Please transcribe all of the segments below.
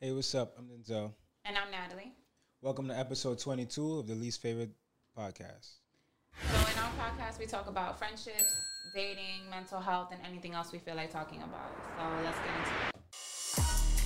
Hey, what's up? I'm Denzel. And I'm Natalie. Welcome to episode 22 of the Least Favorite Podcast. So in our podcast, we talk about friendships, dating, mental health, and anything else we feel like talking about. So let's get into it.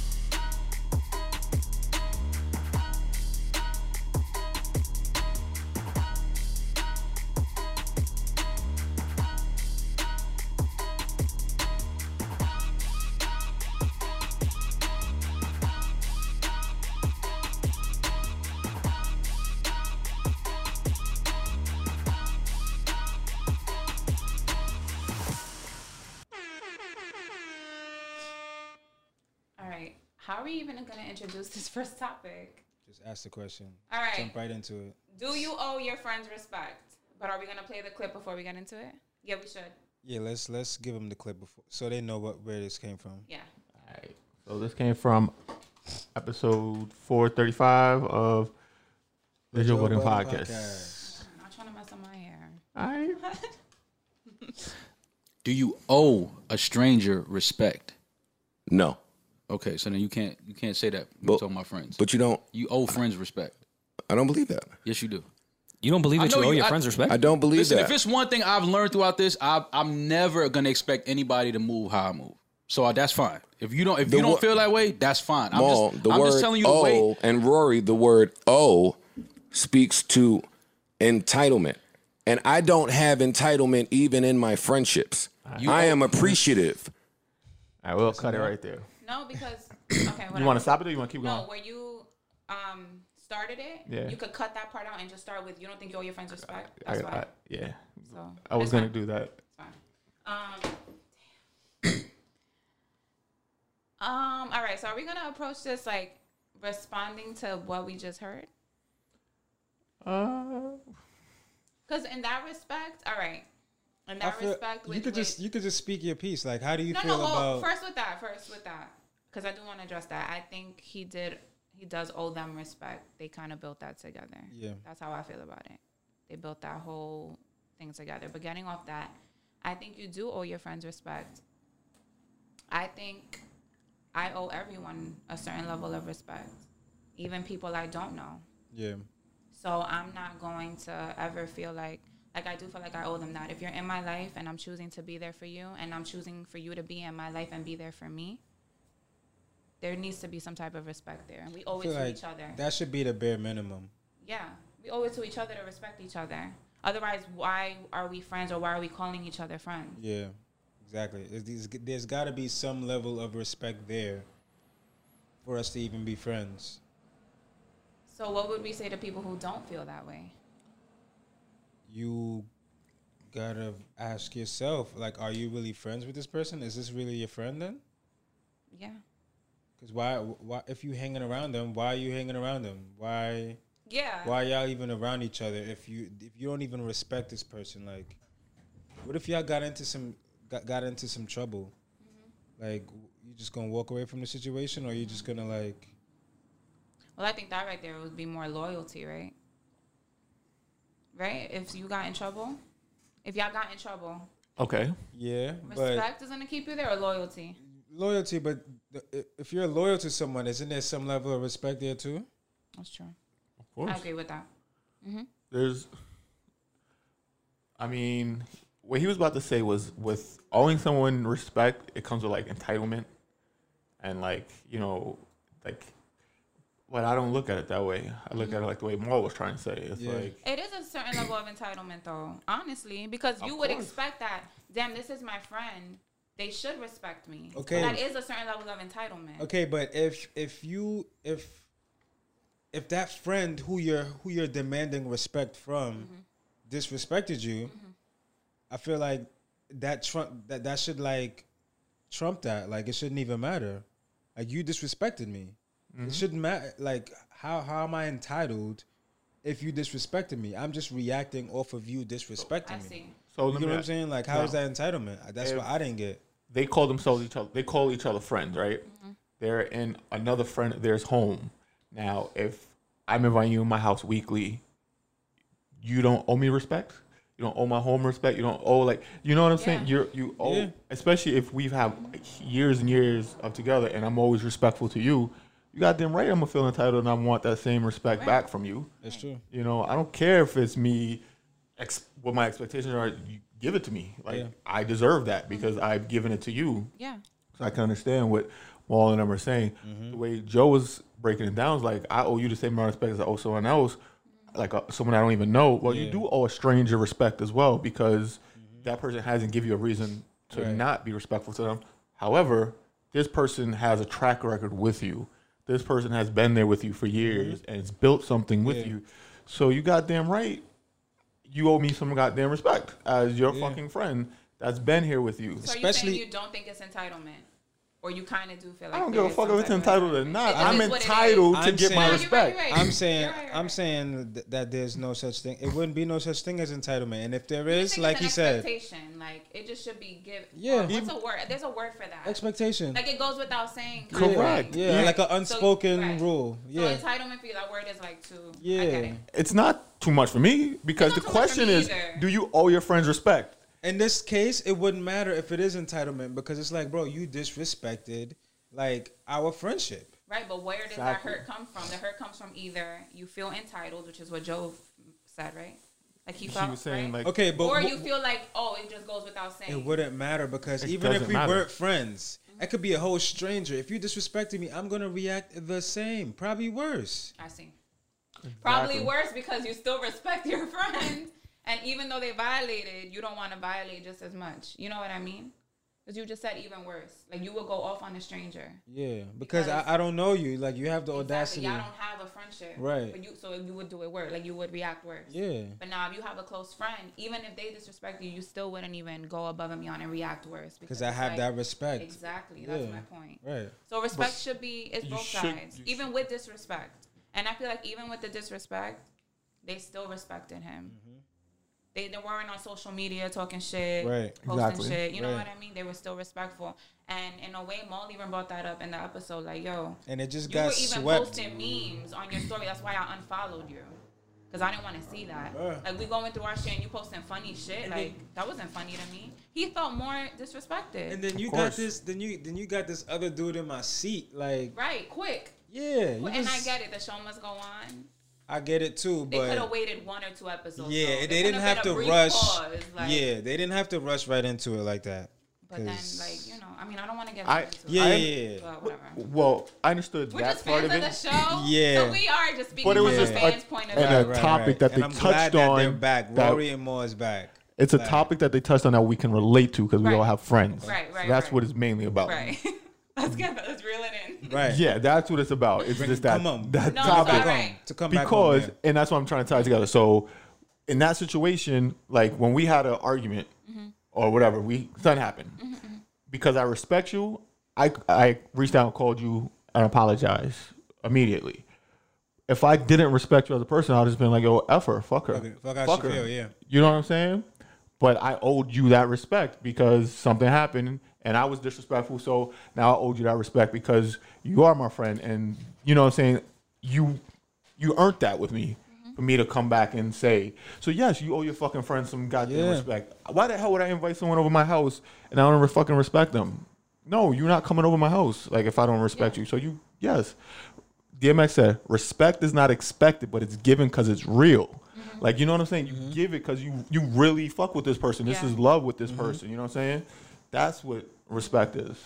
All right. How are we even going to introduce this first topic? Just ask the question. All right. Jump right into it. Do you owe your friends respect? But are we going to play the clip before we get into it? Yeah, we should. Yeah, let's let's give them the clip before so they know what where this came from. Yeah. Alright, So this came from episode 435 of the Joe Budden podcast. I'm not trying to mess up my hair. All right. Do you owe a stranger respect? No, Okay, so then you can't you can't say that when But- you talking about friends. but you don't. you owe friends respect. I don't believe that. Yes, you do. You don't believe I that know you owe you- your I- friends respect? I don't believe Listen, that. if it's one thing I've learned throughout this, I, I'm never gonna expect anybody to move how I move. So uh, that's fine. If you don't if The you don't wo- feel that way, that's fine. I'm, Maul, just, the I'm word just telling you the "owe" way. and Rory, the word "owe" speaks to entitlement, and I don't have entitlement even in my friendships. I am appreciative. All right, we'll cut it right there. No, because. Okay, whatever. You want to stop it or you want to keep going? No, where you um, started it, Yeah. you could cut that part out and just start with you don't think you owe your friends respect. I, That's why. I, yeah. so, I was it's going fine. to do that. Fine. Um, um. All right. So are we gonna approach this like responding to what we just heard? Uh, Because in that respect, all right. In I that feel- respect, with, you could with- just you could just speak your piece. Like how do you no, feel no. Well, about first with that. First with that. Because I do want to address that. I think he did. He does owe them respect. They kind of built that together. Yeah. That's how I feel about it. They built that whole thing together. But getting off that, I think you do owe your friends respect. I think I owe everyone a certain level of respect, even people I don't know. Yeah. So I'm not going to ever feel like like I do feel like I owe them that. If you're in my life and I'm choosing to be there for you and I'm choosing for you to be in my life and be there for me, there needs to be some type of respect there. And we owe I it feel to like each other. that should be the bare minimum. yeah. We owe it to each other to respect each other. Otherwise, why are we friends or why are we calling each other friends? Yeah. Exactly. There's, these- there's got to be some level of respect there for us to even be friends. So what would we say to people who don't feel that way? you gotta ask yourself like are you really friends with this person is this really your friend then Yeah. because why why if you hanging around them why are you hanging around them why Yeah. why y'all even around each other if you if you don't even respect this person like what if y'all got into some got, got into some trouble like you just gonna walk away from the situation or you just gonna like Well, I think that right there would be more loyalty, right? Right? If you got in trouble, if y'all got in trouble, okay. yeah but respect is gonna keep you there or loyalty. loyalty but the- i- if you're loyal to someone isn't there some level of respect there too That's true. Of course. I agree with that. There's, I mean, what he was about to say was with owing someone respect, it comes with like entitlement and like, you know, like, but I don't look at it that way. I look at it like the way Maul was trying to say. It's Mm-hmm. Yeah. like, It is a certain level of entitlement, though, honestly, because you would course. expect that. Damn, this is my friend. They should respect me. Okay. that is a certain level of entitlement. Okay, but if if you if if that friend who you're who you're demanding respect from Mm-hmm. disrespected you, I feel like that trump that that should like trump that. Like it shouldn't even matter. Like you disrespected me. Mm-hmm. It shouldn't matter. Like how how am I entitled if you disrespected me? I'm just reacting off of you disrespecting Oh, I me. see. so You let know me what I'm ask- saying? Like how is Now- that entitlement? That's what I didn't get. they call themselves each other. They call each other friends, right? They're in another friend of theirs home. Now, if I'm inviting you in my house weekly, you don't owe me respect. You don't owe my home respect. You don't owe like you know what I'm saying. Yeah. You're you owe, Yeah. especially if we've had like, years and years of together, and I'm always respectful to you. you goddamn right I'm gonna feel entitled and I want that same respect back from you. It's true. You know, I don't care if it's me, ex- what my expectations are. You give it to me. Like Yeah. I deserve that because I've given it to you. Yeah. So I can understand what Wall and them are saying. Mm-hmm. The way Joe was breaking it down is like, I owe you the same amount of respect as I owe someone else, like uh, someone I don't even know. Well, you do owe a stranger respect as well because that person hasn't give you a reason to Mm-hmm. Right. not be respectful to them. However, this person has a track record with you. This person has been there with you for years and it's built something with Mm-hmm. Yeah. you. So you goddamn right. You owe me some goddamn respect as your Yeah. fucking friend that's been here with you. So you Especially- saying you don't think it's entitlement, or you kind of do feel like I don't there give a is fuck some if it's type of entitled or entitlement. not. It I'm is what it is. entitled to I'm get my saying- No, you're right, respect. you're right. I'm saying You're right, I'm right. saying th- that there's no such thing. It wouldn't be no such thing as entitlement, and if there I is, think like it's he an said, expectation. Like it just should be given. Yeah. What's a word? There's a word for that. expectation. like it goes without saying. kind of Correct. thing. Yeah, Yeah. like an So- unspoken right. rule. Yeah, So entitlement for you, that word is like to. I get yeah. it. It's not too much for me because It's the not too much for question me is, either. do you owe your friends respect? In this case, it wouldn't matter if it is entitlement because it's like, bro, you disrespected like our friendship. Right, but where does Exactly. that hurt come from? The hurt comes from either you feel entitled, which is what Joe said, right? Like he felt. She was saying right? like, Okay, but or wh- you feel like, oh, it just goes without saying. It wouldn't matter because even doesn't if we matter. weren't friends, Mm-hmm. I could be a whole stranger. If you disrespected me, I'm gonna react the same, probably worse. I see. Probably Exactly. worse because you still respect your friend, and even though they violated, you don't want to violate just as much. You know what I mean? Because you just said even worse. Like you will go off on a stranger. Yeah, because Because- I, I don't know you. Like you have the audacity. Exactly. Y'all don't have a friendship, Right. But you, so you would do it worse. Like you would react worse. Yeah. But now, if you have a close friend, even if they disrespect you, you still wouldn't even go above and beyond and react worse Because I it's have like- that respect. Exactly. That's Yeah. my point. Right. So respect should be it's you both should- sides, you even with disrespect. And I feel like even with the disrespect, they still respected him. They, they weren't on social media talking shit, Right. posting Exactly. shit. You know Right. what I mean? They were still respectful. And in a way, Maul even brought that up in the episode. Like, yo, And it just you were got even swept. posting memes on your story. That's why I unfollowed you. Cause I didn't want to see that. Yeah. Like we going through our shit and you posting funny shit. Like that wasn't funny to me. He felt more disrespected. And then you course. got this. Then you then you got this other dude in my seat. Like right, quick. yeah, you Well, and I just- get it. The show must go on. I get it too. They could have But waited one or two episodes. yeah, though. they, There didn't could've been have a to brief rush. pause, like- yeah, they didn't have to rush right into it like that. But then, 'cause- like you know, I mean, I don't want to get I- into yeah, it. I- yeah, yeah. But whatever. well, I understood We're that just part fans of of, it. the show. Yeah. So we are just speaking But it was from just the a- fans' point of and view. a- topic that they and I'm glad touched that They're on back. that- Rory and Moore is back. It's a Like, topic that they touched on that we can relate to because we Right. all have friends. Right, So right, that's right. what it's mainly about. right. let's get let's reel it in. Right. Yeah, that's what it's about. It's just that come on. that No, it's topic. all right. To come back home, because yeah. and that's what I'm trying to tie it together. So in that situation, like when we had an argument or whatever, we something happened. Because I respect you, I I reached out and called you and apologized immediately. If I didn't respect you as a person, I'd just been like, yo, F her, fuck her. Fuck it. Fuck how she feel, yeah. You know what I'm saying? But I owed you that respect because something happened and I was disrespectful. So now I owed you that respect because you are my friend and you know what I'm saying? You you earned that with me for me to come back and say, so yes, you owe your fucking friend some goddamn Yeah. respect. Why the hell would I invite someone over my house and I don't re- fucking respect them? No, you're not coming over my house. Like if I don't respect you. So you yes. DMX said, respect is not expected, but it's given because it's real. Mm-hmm. Like, you know what I'm saying? You give it because you, you really fuck with this person. This Yeah. Mm-hmm. is love with this person. You know what I'm saying? That's what respect is.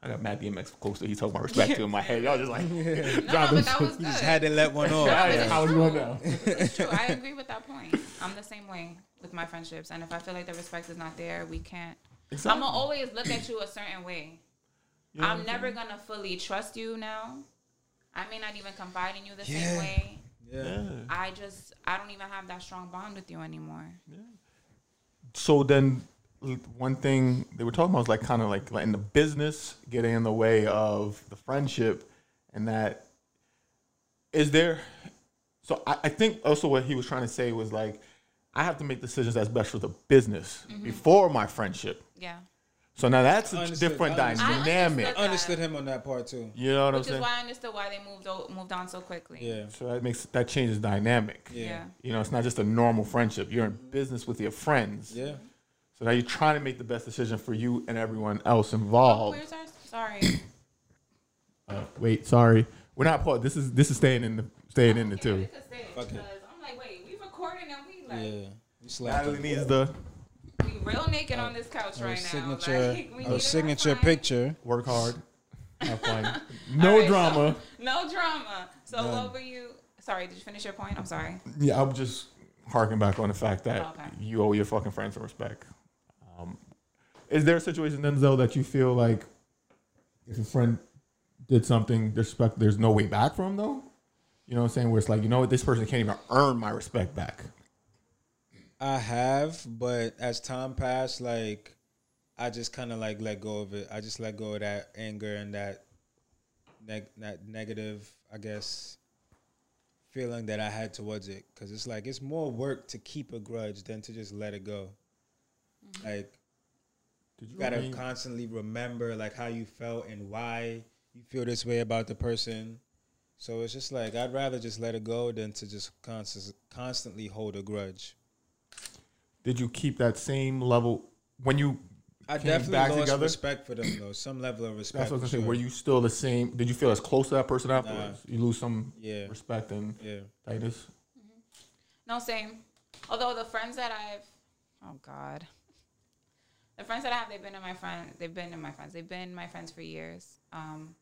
I got Matt DMX close to he talking about respect to in my head. Y'all just like, No, no, but that was good. Just had to let one off. yeah, it's yeah. How was true. going down? It's true. I agree with that point. I'm the same way with my friendships, and if I feel like the respect is not there, we can't. I'm Exactly. gonna always look at you a certain way. You know what I'm never gonna fully trust you now. I may not even confide in you the Yeah. same way. Yeah. Yeah. I just I don't even have that strong bond with you anymore. so then l- one thing they were talking about was like kind of like letting the business get in the way of the friendship and that is there so I, I think also what he was trying to say was like i have to make decisions that's best for the business Mm-hmm. before my friendship Yeah. so now that's a Understood, different understood. I dynamic understood. Understood him on that part too. you know what Which i'm is saying why I understood why they moved o- moved on so quickly. Yeah. so that makes that changes dynamic Yeah. Mm-hmm. Yeah. you know it's not just a normal friendship you're in business with your friends Yeah. so now you're trying to make the best decision for you and everyone else Oh, involved where's our sorry. Uh, wait, sorry. We're not part. This is this is staying in the staying in the two. could say it Fuck it. because I'm like, wait, we recording and we like Yeah. You slapped Natalie it. needs the we real naked on this couch Her right now. signature, Like, we her need signature picture. work hard, have fun, no All right, so- drama. No drama. So what were you? Sorry, did you finish your point? I'm sorry. Yeah, I'm just harking back on the fact that Okay. you owe your fucking friends some respect. Um, is there a situation, Denzel, that you feel like if a friend did something disrespect, there's no way back from though? You know what I'm saying? Where it's like, you know what, this person can't even earn my respect back. I have, but as time passed, like I just kind of like let go of it. I just let go of that anger and that neg- that negative, I guess, feeling that I had towards it. Because it's like it's more work to keep a grudge than to just let it go. Like Did you you gotta remain- constantly remember like how you felt and why you feel this way about the person. So it's just like I'd rather just let it go than to just constant, constantly hold a grudge. did you keep that same level when you I came definitely back lost together? respect for them though. Some level of respect. That's what I was gonna for say. Were sure. you still the same? Did you feel as close to that person afterwards? You lose some Yeah. respect and Yeah. Titus. No, same. Although the friends that I've, oh God, the friends that I have, they've been in my friend, they've been in my friends, they've been my friends for years. Um,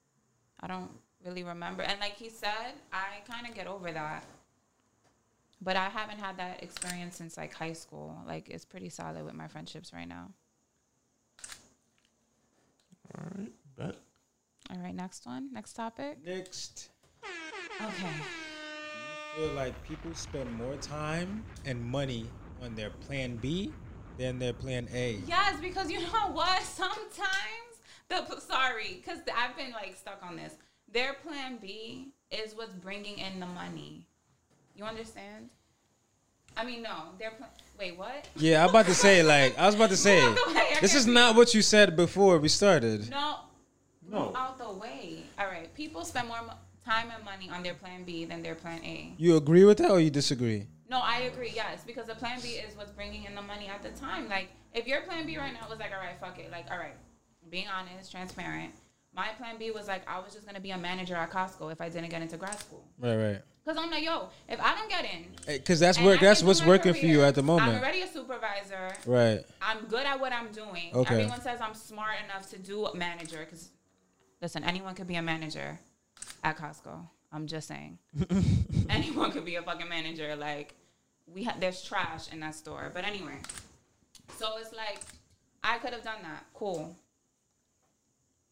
I don't really remember, and like he said, I kind of get over that. But I haven't had that experience since like high school. Like it's pretty solid with my friendships right now. All right, bet. All right, next one, next topic. Next, Okay. I feel like people spend more time and money on their plan B than their plan A. Yes, because you know what? Sometimes the p- sorry, because I've been like stuck on this. Their plan B is what's bringing in the money. You understand? I mean, no, their plan. Wait, what? Yeah, I'm about to say like I was about to say Move out the way, I this can't is not what you said before we started. No, No. out the way. All right, people spend more mo- time and money on their plan B than their plan A. You agree with that or you disagree? No, I agree. Yes, because the plan B is what's bringing in the money at the time. Like, if your plan B right now was like, all right, fuck it. Like, all right, being honest, transparent. My plan B was like, I was just gonna be a manager at Costco if I didn't get into grad school. Right, right. Cause I'm like, yo, if I don't get in, Because that's and I work. can That's do what's my working for you career, at the I'm moment. already a supervisor. Right. I'm good at what I'm doing. Okay. Everyone says I'm smart enough to do manager because, listen, anyone could be a manager at Costco. I'm just saying, anyone could be a fucking manager. Like, we ha- there's trash in that store. But anyway, so it's like I could have done that. Cool.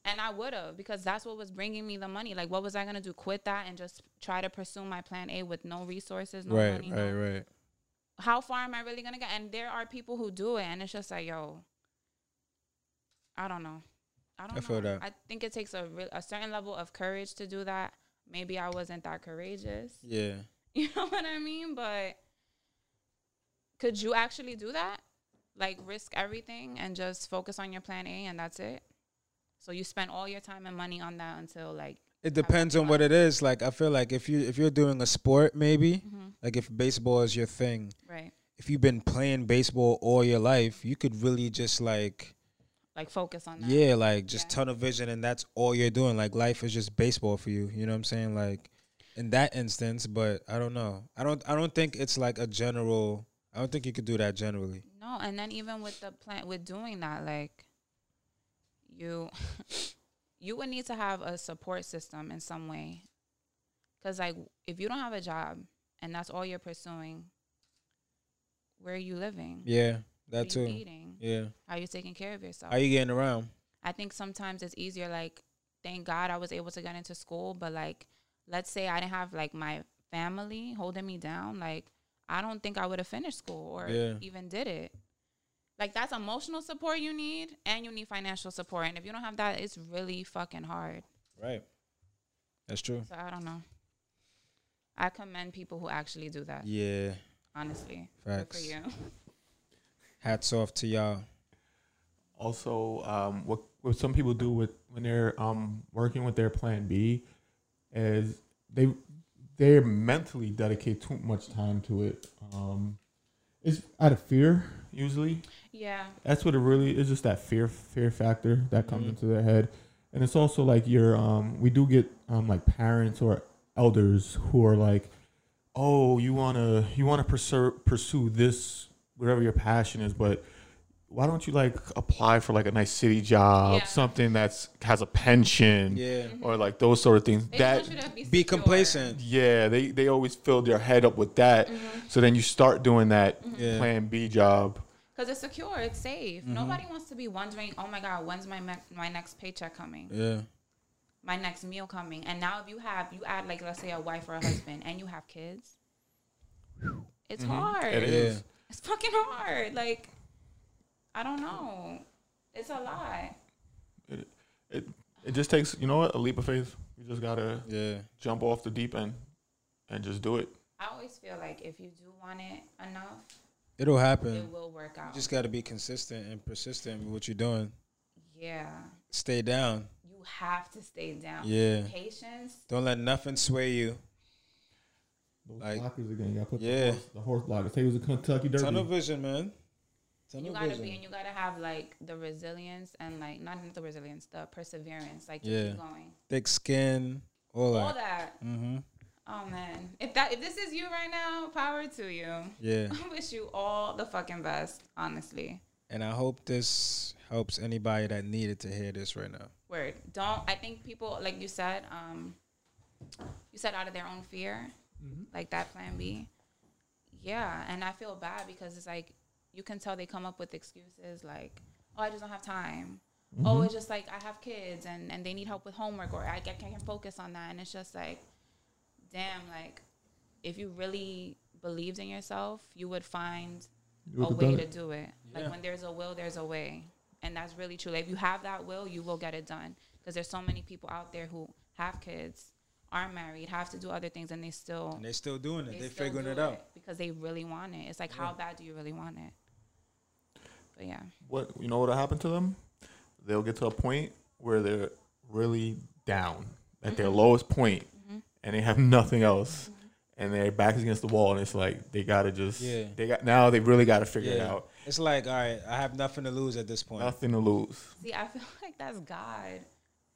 And I would have because that's what was bringing me the money. Like, what was I gonna do? Quit that and just try to pursue my plan A with no resources, no Right, money, no right, right. how far am I really gonna get? And there are people who do it, and it's just like, yo, I don't know. I don't I know. feel that. I think it takes a re- a certain level of courage to do that. Maybe I wasn't that courageous. Yeah. You know what I mean? But could you actually do that? Like risk everything and just focus on your plan A, and that's it. So you spend all your time and money on that until like It depends on what it is. Like I feel like if you if you're doing a sport maybe, Mm-hmm. like if baseball is your thing, right, if you've been playing baseball all your life, you could really just like like focus on that. yeah, like just Yeah. tunnel vision and that's all you're doing. Like life is just baseball for you. You know what I'm saying? Like in that instance, but I don't know. I don't I don't think it's like a general I don't think you could do that generally. No, and then even with the plan with doing that, like you you would need to have a support system in some way. Cause like if you don't have a job and that's all you're pursuing, where are you living? Yeah, What that are you too. eating? Yeah. How are you taking care of yourself? How you getting around? I think sometimes it's easier. Like, thank God I was able to get into school, but like, let's say I didn't have like my family holding me down. Like, I don't think I would have finished school or Yeah. even did it. Like, that's emotional support you need, and you need financial support. And if you don't have that, it's really fucking hard. Right. That's true. So I don't know. I commend people who actually do that. Yeah. Honestly, Facts. good for you. Hats off to y'all. Also, um, what what some people do with when they're um, working with their plan B is they they mentally dedicate too much time to it. Um, it's out of fear usually. Yeah, Mm-hmm. That's what it really is. Just that fear fear factor that comes into their head, and it's also like your um we do get um like parents or elders who are like oh you want to you want to pursue pursue this whatever your passion is but why don't you like apply for like a nice city job Yeah. something that's has a pension Yeah. or like those sort of things They that want you to be, Be secure. complacent. yeah they they always fill their head up with that so then you start doing that Mm-hmm. Yeah. plan b job Because it's secure, it's safe. Nobody wants to be wondering, oh my God, when's my, me- my next paycheck coming? Yeah. My next meal coming? And now, if you have, you add, like, let's say a wife or a husband and you have kids, it's hard. It Yeah. is. It's fucking hard. Like, I don't know. It's a lot. it it just takes you know what a leap of faith you just gotta Yeah. jump off the deep end and just do it I always feel like if you do want it enough, It'll it happen. will work out. You just got to be consistent and persistent with what you're doing. yeah. Stay down. You have to stay down. Yeah. Patience. Don't let nothing sway you. Those Like- blockers again. You gotta put Yeah. the, horse, the horse blockers. Hey, it was a Kentucky Derby. Tunnel vision, man. Tunnel You gotta vision. be and you gotta have like the resilience and like not the resilience, the perseverance, like to Yeah. keep going. Thick skin. All that. All that. Mm-hmm. Oh man. If that if this is you right now, power to you. Yeah. I wish you all the fucking best, honestly. And I hope this helps anybody that needed to hear this right now. Word. Don't I think people like you said, um you said out of their own fear, like that plan B. Yeah, and I feel bad because it's like you can tell they come up with excuses like, Oh, I just don't have time. Oh, it's just like I have kids and, and they need help with homework or I, I can't focus on that and it's just like damn, like if you really believed in yourself, you would find You a would've done way to it. do it. Yeah. Like when there's a will, there's a way. And that's really true. Like if you have that will, you will get it done. Because there's so many people out there who have kids, are married, have to do other things, and they still And they still doing it. They, still figuring do it out. because they really want it. It's like how bad do you really want it? But yeah, What you know what'll happen to them? They'll get to a point where they're really down at their lowest point, and they have nothing else, and their back is against the wall, and it's like they gotta just Yeah. they got now they really gotta figure it out. It's like, all right, I have nothing to lose at this point. Nothing to lose. see, I feel like that's God.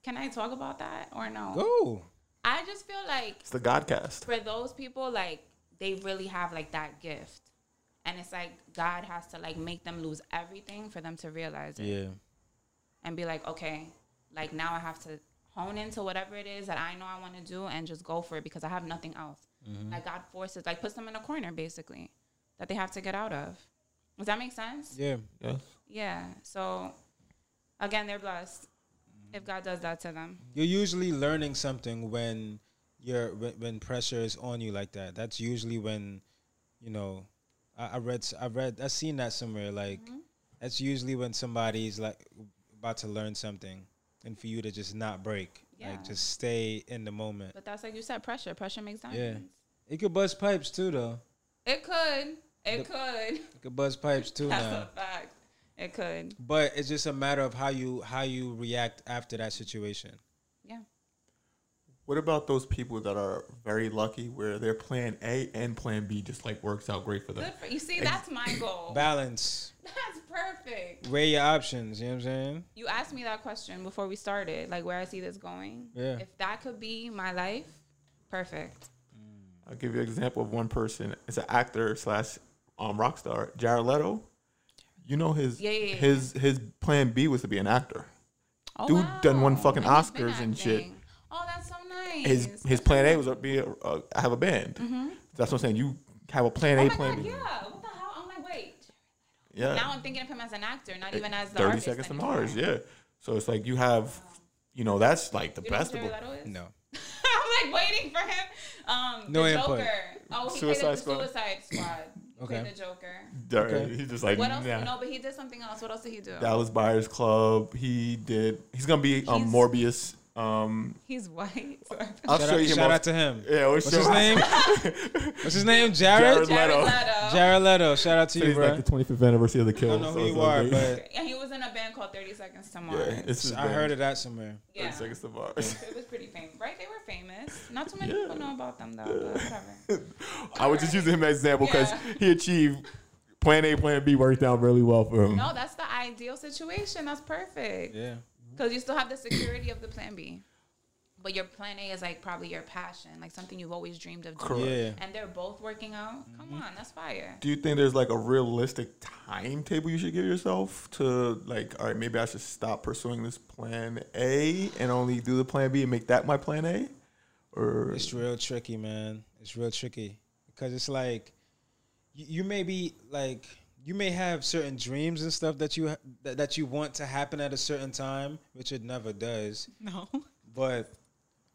Can I talk about that or no? Go. I just feel like It's the Godcast. for those people like they really have like that gift and it's like god has to like make them lose everything for them to realize it Yeah. and be like okay like now i have to hone into whatever it is that i know i want to do and just go for it because i have nothing else Mm-hmm. like god forces like puts them in a corner basically that they have to get out of does that make sense Yeah. Yes. yeah so again they're blessed Mm-hmm. if god does that to them You're usually learning something when you're when, when pressure is on you like that. That's usually when, you know, I, I read s- I read I seen that somewhere. Like that's usually when somebody's like about to learn something, and for you to just not break, Yeah. like just stay in the moment. but that's like you said pressure pressure makes Yeah. diamonds It could buzz pipes too, though. it could it could It could buzz pipes too That's now. a fact. It could. But it's just a matter of how you how you react after that situation. Yeah. What about those people that are very lucky where their plan A and plan B just like works out great for them? Good for you. See, that's my goal. Balance. That's perfect. Weigh your options. You know what I'm saying? You asked me that question before we started, like where I see this going. Yeah. If that could be my life, perfect. I'll give you an example of one person. It's an actor slash um, rock star, Jared Leto. You know his Yeah, yeah, yeah. his his plan B was to be an actor. Oh, Dude done won fucking And he's been Oscars and shit. acting. Oh, that's so nice. His his plan A was to be a, uh, have a band. That's what I'm saying. You have a plan Mm-hmm. Oh my A, plan God, B. yeah. What the hell? I'm like, wait. Yeah. Eh, Now I'm thinking of him as an actor, not even as the Thirty artist Seconds to anymore. Mars. Yeah. So it's like you have, you know, that's like the You know who best of. Jared both- Leto is? No. I'm like waiting for him. Um, No the input. Joker. Oh, he Suicide played the Squad. Suicide Squad. He Okay. played the Joker. Okay. He's just like What else? nah. No, but he did something else. What else did he do? Dallas Buyers Club. He did. He's gonna be um, He's- Morbius. Um, He's white. I'll Shout, show out, you him. shout off- out to him. yeah, we'll What's show his you- name? What's his name? Jared. Jared Leto. Jared Leto. Shout out to So you, he's bro. like the 25th anniversary of the I kill. don't know so who it's you like- are, but And he was in a band called 30 Seconds to yeah, Mars. Yeah, it's his I band, heard of that somewhere. 30 seconds to Mars. It was pretty famous. Right? They were famous. Not too many Yeah. people know about them, though. But whatever. I was just using him as example because Yeah. he achieved plan A, plan B worked out really well for him. No, that's the ideal situation. That's perfect. Yeah. because you still have the security of the plan B. But your plan A is like probably your passion, like something you've always dreamed of doing. Yeah. And they're both working out. Come Mm-hmm. on, that's fire. Do you think there's like a realistic timetable you should give yourself to like, all right, maybe I should stop pursuing this plan A and only do the plan B and make that my plan A? Or It's real tricky, man. It's real tricky because it's like you, you may be like you may have certain dreams and stuff that you ha- that, that you want to happen at a certain time, which it never does. No. But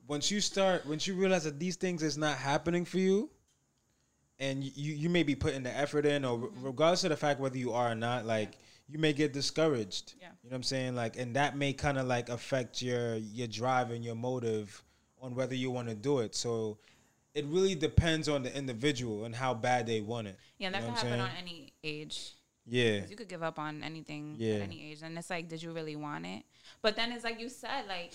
once you start, once you realize that these things is not happening for you, and you you may be putting the effort in, or Mm-hmm. re- regardless of the fact whether you are or not, like you may get discouraged. Yeah. you know what I'm saying. Like, and that may kind of like affect your your drive and your motive on whether you want to do it. So. It really depends on the individual and how bad they want it. Yeah, and that You know what can I'm happen on saying? any age. Yeah. 'Cause You could give up on anything Yeah. at any age. And it's like, did you really want it? But then it's like you said, like,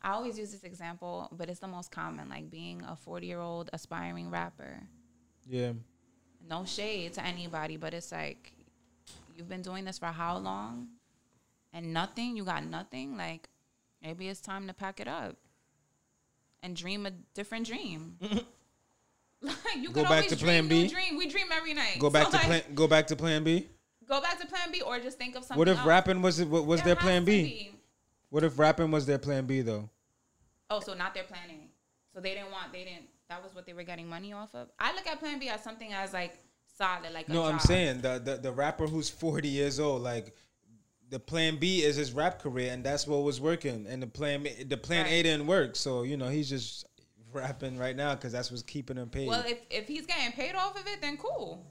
I always use this example, but it's the most common, like being a 40 year old aspiring rapper. Yeah. No shade to anybody, but it's like, you've been doing this for how long? And nothing? You got nothing? Like, maybe it's time to pack it up and dream a different dream. like, you Go could back always to dream plan new B. Dream. We dream every night. Go back So, to like, plan. Go back to plan B. Go back to plan B or just think of something What if else. rapping was it? What was There their plan has to B? be. What if rapping was their plan B though? Oh, so not their plan A. So they didn't want. They didn't. That was what they were getting money off of. I look at plan B as something as like solid, like a No, I'm job. saying the, the the rapper who's 40 years old, like the plan B is his rap career, and that's what was working. And the plan the plan A Right. didn't work, so you know he's just rapping right now because that's what's keeping him paid. Well, if if he's getting paid off of it, then cool.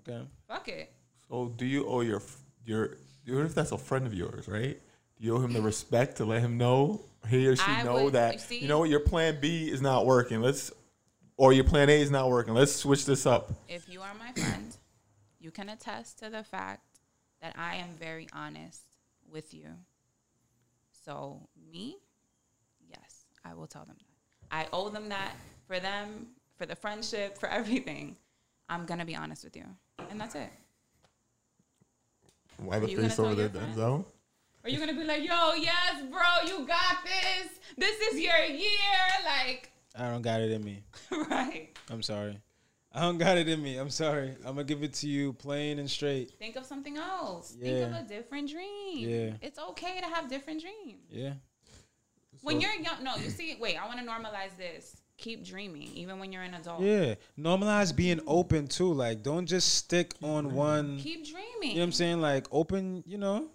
okay. Fuck it. so Oh, do you owe your your what if that's a friend of yours, right? Do you owe him the respect to let him know he or she I know would- that you see- you know what your plan B is not working. Let's or your plan A is not working. Let's switch this up. If you are my friend, you can attest to the fact that I am very honest with you. So me, yes, I will tell them that. I owe them that for them, for the friendship, for everything. I'm gonna be honest with you, and that's it. Why the You gonna face over tell there, your friend? Denzel? Are you gonna be like, yo, yes, bro, you got this. This is your year. Like, I don't got it in me. right. I'm sorry. I don't got it in me. I'm sorry. I'm gonna give it to you plain and straight. Think of something else. Think Yeah. of a different dream. Yeah. It's okay to have different dreams. Yeah. When you're young, no, you see, wait, I wanna normalize this. Keep dreaming, even when you're an adult. Yeah. Normalize being open too. Like, don't just stick on one. Keep dreaming. You know what I'm saying? Like, open. You know,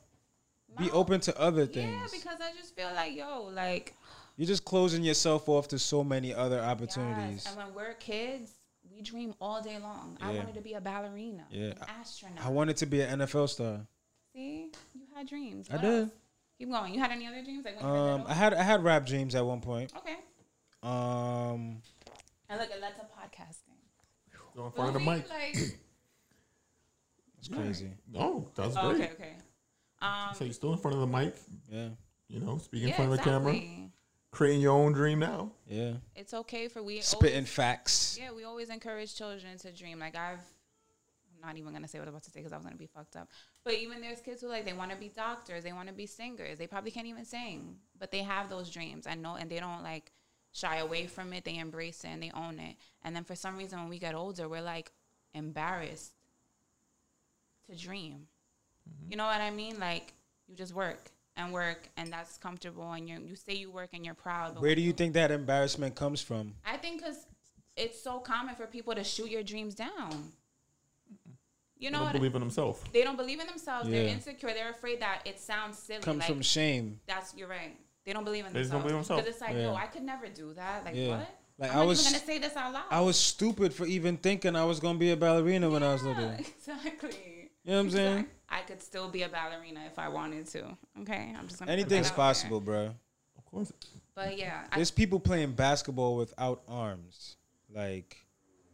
be Mouth. open to other things. Yeah, because I just feel like, yo, like, You're just closing yourself off to so many other yes. opportunities. And when we're kids, we dream all day long. I Yeah. wanted to be a ballerina, Yeah. an astronaut. I wanted to be an NFL star. See, you had dreams. I What did. else? Keep going. You had any other dreams? Like when you were Um, little? I had I had rap dreams at one point. okay. Um, And look, it led to podcasting. Go in front of the Really? mic. Like, it's crazy. No, that's oh, great. okay, okay. Um, So you're still in front of the mic, Yeah, you know, speaking yeah, in front of the camera, exactly. creating your own dream now. yeah. It's okay for we Spitting Always, facts. Oh. yeah, we always encourage children to dream. Like I've, I'm not even gonna say what I was about to say because I was gonna be fucked up. But even there's kids who like they want to be doctors, they want to be singers, they probably can't even sing, but they have those dreams. I know, and they don't like shy away from it. They embrace it and they own it. And then for some reason, when we get older, we're like embarrassed to dream. You know what I mean? Like you just work and work, and that's comfortable. And you you say you work and you're proud. But Where do you think that embarrassment comes from? I think because it's so common for people to shoot your dreams down. You know, don't what believe in himself. they don't believe in themselves. They're Yeah. insecure. They're afraid that it sounds silly. Comes like, from shame. that's you're right. They don't believe in They just don't themselves. believe in Because it's like, Yeah. yo, I could never do that. Like Yeah. what? Like, I'm I not was- even gonna say this out loud. I was stupid for even thinking I was gonna be a ballerina when I was Yeah, little. Exactly. You know what I'm saying? Exact- I could still be a ballerina if I wanted to. Okay, I'm just gonna. put that Anything's out there. possible, bro. Of course. But yeah, I, There's people playing basketball without arms. Like,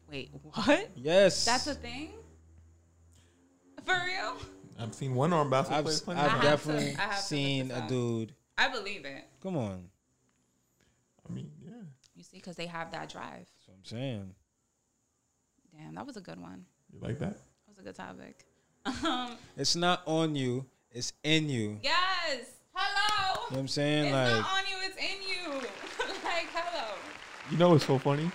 wait, what? yes, That's a thing. For real? I've seen one arm basketball I've player s- playing I've have that. def- definitely I have to look seen this a up. dude. I believe it. Come on, I mean, yeah. You see, because they have that drive. that's what I'm saying. Damn, that was a good one. You like that? That was a good topic. Um, It's not on you. It's in you. yes. know what I'm saying? It's Like, not on you, it's in you. like, hello. You know what's so funny?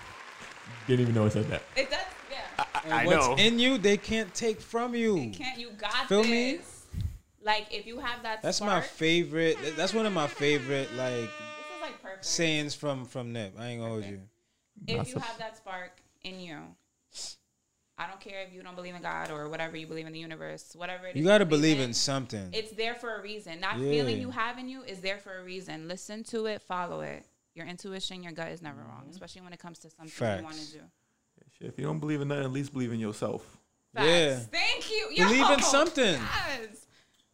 Didn't even know I said that. It does, yeah. I what's know. in you, they can't take from you. Can't you got Feel this? me? Like, if you have that That's my spark, favorite. that- That's one of my favorite like this is like perfect. sayings from from Nip. I ain't gonna hold you. if you Massive. have that spark in you, I don't care if you don't believe in God or whatever you believe in the universe, whatever it is You gotta believe believe in something. It's there for a reason. That Yeah. feeling you have in you is there for a reason. Listen to it, follow it. Your intuition, your gut is never wrong, especially when it comes to something you want Mm-hmm. Facts. to do. Shit, if you don't believe in that, at least believe in yourself. Facts. Yeah. Thank you. Yo, Believe in something. yes.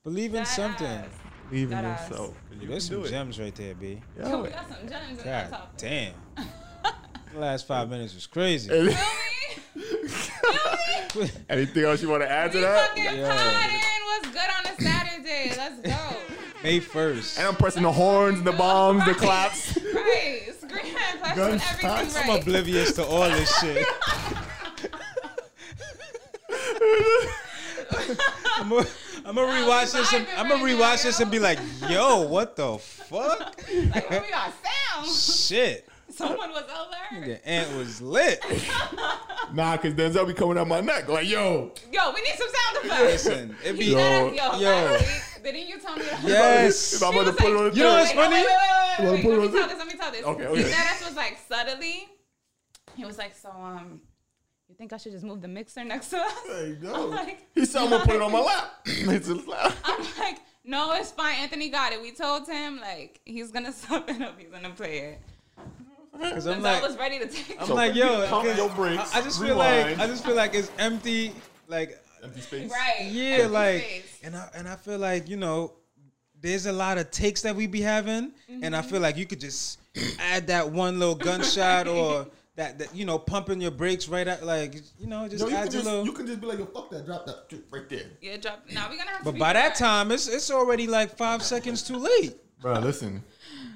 Believe in That something. ass. Believe in Deadass. yourself. 'cause You There's can some do it. gems right there, B. Yeah. Yo, we got some gems in that Oh, God topic. damn. The last five minutes was crazy. Anything else you want to add to We that? fucking Yeah. potting. What's good on a Saturday? Let's go. May first. And I'm pressing the horns, the bombs, the Right. claps. Right. Screaming, flashing, everything Gunshots. right. I'm oblivious to all this shit. I'm gonna rewatch this. And, vibing I'm gonna right rewatch now, this yo. and be like, "Yo, what the fuck? like, where we are sound. shit, Someone was over. the ant was lit." Nah, cause Denzel be coming out my neck like, yo, Yo, we need some sound effects. Listen, it be Yo, yo, Yo, yo. last week, didn't you tell me? that- yes. if I'm She about to was put like- it on the You know thing. what's Wait, no, funny? Wait, wait, wait, wait, wait. You wanna Let me put tell it this. Let me tell this. Okay, okay. He said us was like subtly. He was like, so um, you think I should just move the mixer next to us? Hey, yo. I'm like, He said I'm gonna put it on my lap. it's just loud. I'm like, no, it's fine. Anthony got it. We told him like he's gonna sub it up. He's gonna play it. 'Cause Denzel I'm like, was ready to take. I'm it. like, yo, pump cause your brakes, I, I just feel rewind. like, I just feel like it's empty. Like, Empty space. right. yeah, Empty like, space. and I and I feel like you know, there's a lot of takes that we be having, and I Mm-hmm. feel like you could just add that one little gunshot or that, that you know, pumping your brakes right at like you know, just Yo, you, can adds a just, little. you can just be like, yo, fuck that, drop that shit right there. yeah, drop. Now we're gonna have to. but be by that prepared. time, it's it's already like five seconds too late. Bro, listen.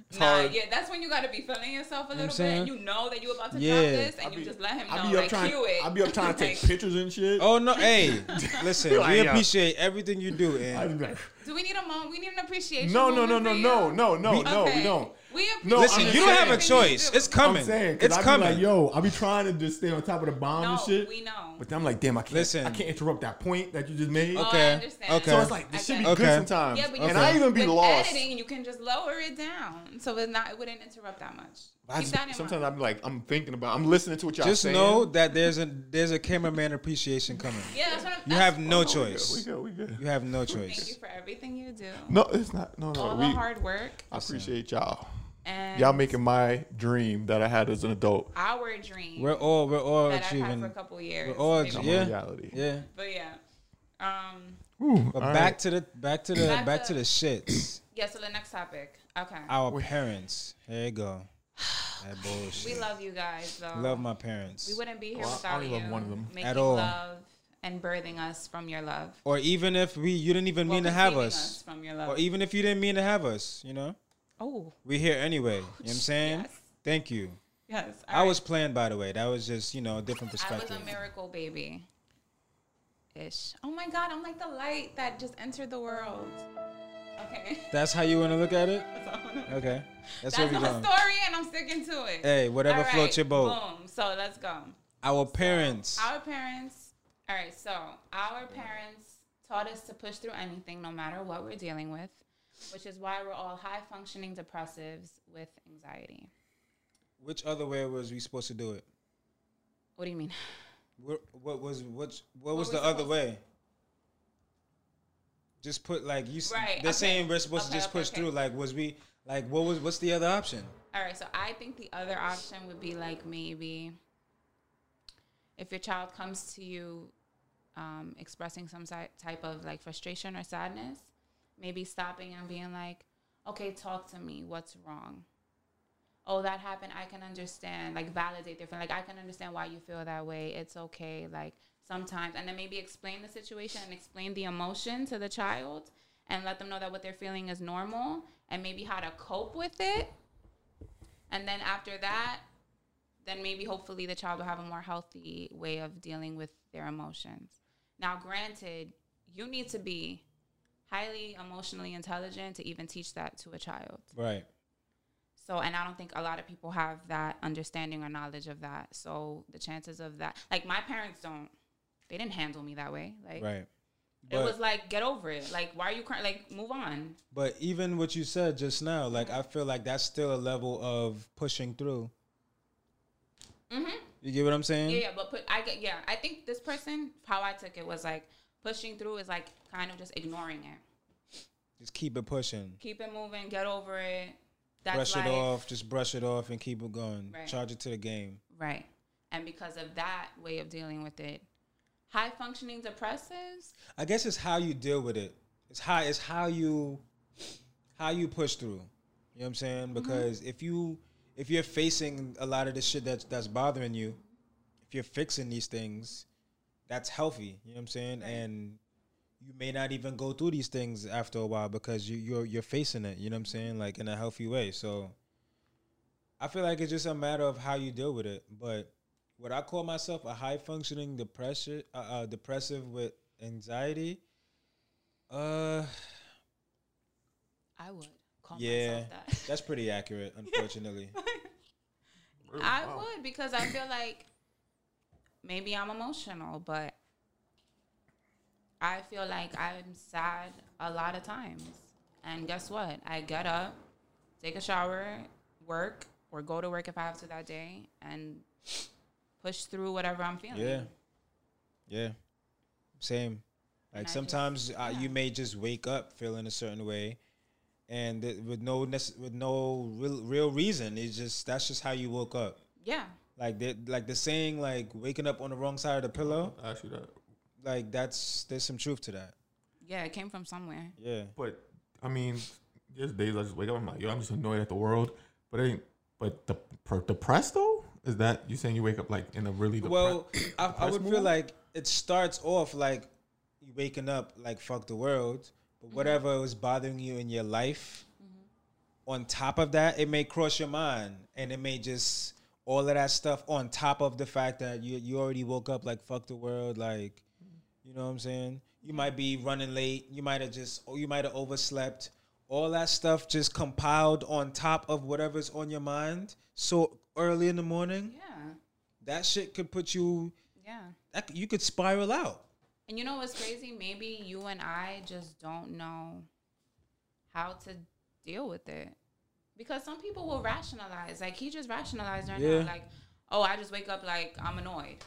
It's Nah, hard. yeah, that's when you gotta be feeling yourself a little saying? bit. You know that you about to Yeah. drop this, and I you be- just let him know. I be up like, trying, cue it. I be up trying to take Like, pictures and shit. Oh no, hey, listen, Like, we yo. appreciate everything you do, I and be like, Do we need a mom? We need an appreciation. no, no, no, moment no, for you? no, no, no, no, Okay. we don't. We appreciate No, listen, I'm you just don't have a everything choice. you do. It's coming. I'm saying, 'cause it's I be coming. Like, yo, I be trying to just stay on top of the bomb and No, shit. we know. But then I'm like, damn, I can't. Listen. I can't interrupt that point that you just made. Oh, I Okay, understand. okay. So it's like this should be Okay. good sometimes. Yeah, but you and can- I even be with lost. Editing, you can just lower it down, so it's not. It wouldn't interrupt that much. I, Keep that in sometimes mind. I'm like, I'm thinking about, I'm listening to what y'all Just saying. know that there's a there's a cameraman appreciation coming. yeah, that's what I'm. You have no we good, we choice. good, we good. You have no Thank you choice. for everything you do. No, it's not. No, no, All we. the hard work I appreciate y'all. and Y'all making my dream that I had as an adult our dream We're all we're all that I've had for a achieving. couple years. We're all maybe. achieving- a Yeah. reality. Yeah. But yeah. Um, Ooh, But all back right. to the back to the Back back, to- to the shits. yeah, so the next topic. Okay. Our parents. Here you go. That bullshit. we love you guys, though. Love my parents. We wouldn't be here Well, I without only you. love one of them. Making At all. love and birthing us from your love. or even if we you didn't even Well, mean to have conceiving us. e- from your love. Or even if you didn't mean to have us, you know? oh, We here anyway. You know what I'm saying? Yes. Thank you. yes. I was planned by the way. That was just, you know, a different I was perspective. a miracle baby. Ish. Oh my God! I'm like the light that just entered the world. Okay. That's how you wanna look at it? That's all I wanna- Okay. That's, what That's my we're doing. story, and I'm sticking to it. Hey, whatever All right, floats your boat. Boom. So let's go. Our parents. Our parents. All right, so our parents taught us to push through anything, no matter what we're dealing with, which is why we're all high functioning depressives with anxiety. Which other way was we supposed to do it? What do you mean? What, what was what? What was we the other supposed- way? Just put like you. s- Right, They're okay. saying we're supposed Okay, to just okay, push okay. through. Like, was we like what was what's the other option? All right, so I think the other option would be like maybe if your child comes to you um, expressing some si- type of like frustration or sadness, maybe stopping and being like, okay, talk to me. What's wrong? Oh, that happened. I can understand. Like, validate their feeling. Like, I can understand why you feel that way. It's okay. Like, sometimes. And then maybe explain the situation and explain the emotion to the child and let them know that what they're feeling is normal and maybe how to cope with it. And then after that, then maybe hopefully the child will have a more healthy way of dealing with their emotions. Now, granted, you need to be highly emotionally intelligent to even teach that to a child. Right. So, and I don't think a lot of people have that understanding or knowledge of that. So, the chances of that, like my parents don't, they didn't handle me that way. Like, Right. it But- was like, get over it. Like, why are you crying? Like, move on. But even what you said just now, like I feel like that's still a level of pushing through. You get what I'm saying? Mm-hmm. Yeah, yeah, but put, I get, yeah, I think this person, how I took it was like pushing through is like kind of just ignoring it. Just keep it pushing. Keep it moving, get over it. That's brush life. it off. Just brush it off and keep it going. Right. Charge it to the game. Right. And because of that way of dealing with it, high functioning depressives, I guess it's how you deal with it. It's how it's how you how you push through. You know what I'm saying? Because if you if you're facing a lot of the shit that's that's bothering you, if you're fixing these things, that's healthy. You know what I'm saying? And you may not even go through these things after a while because you, you're you're facing it. You know what I'm saying? Like in a healthy way. So I feel like it's just a matter of how you deal with it. But what I call myself a high functioning depression, uh, uh, depressive with anxiety. Uh, I would call yeah, myself that. that's pretty accurate. Unfortunately, I would because I feel like maybe I'm emotional, but I feel like I'm sad a lot of times. And guess what? I get up, take a shower, work, or go to work if I have to that day, and push through whatever I'm feeling. yeah, yeah, same. Like I just- sometimes uh, you may just wake up feeling a certain way, and th- with no nece- with no real, real reason. It's just that's just how you woke up. Yeah. Like the like the saying, like waking up on the wrong side of the pillow. I asked you that. Like that's there's some truth to that. Yeah, it came from somewhere. Yeah, But I mean, there's days I just wake up. I'm like, yo, I'm just annoyed at the world. But it ain't. But the per, depressed though is that you saying you wake up like in a really depre- Well, I, I depressed would mood? feel like it starts off like you waking up like fuck the world, but whatever was bothering you in your life, on top of that, it may cross your mind and it may just all of that stuff on top of the fact that you you already woke up like fuck the world, like you know what I'm saying? You might be running late, you might have just or you might have overslept. All that stuff just compiled on top of whatever's on your mind so early in the morning Yeah. that shit could put you Yeah. that c- you could spiral out And you know what's crazy? Maybe you and I just don't know how to deal with it. Because some people will rationalize. Like he just rationalized right Yeah. now, like, oh, I just wake up like I'm annoyed.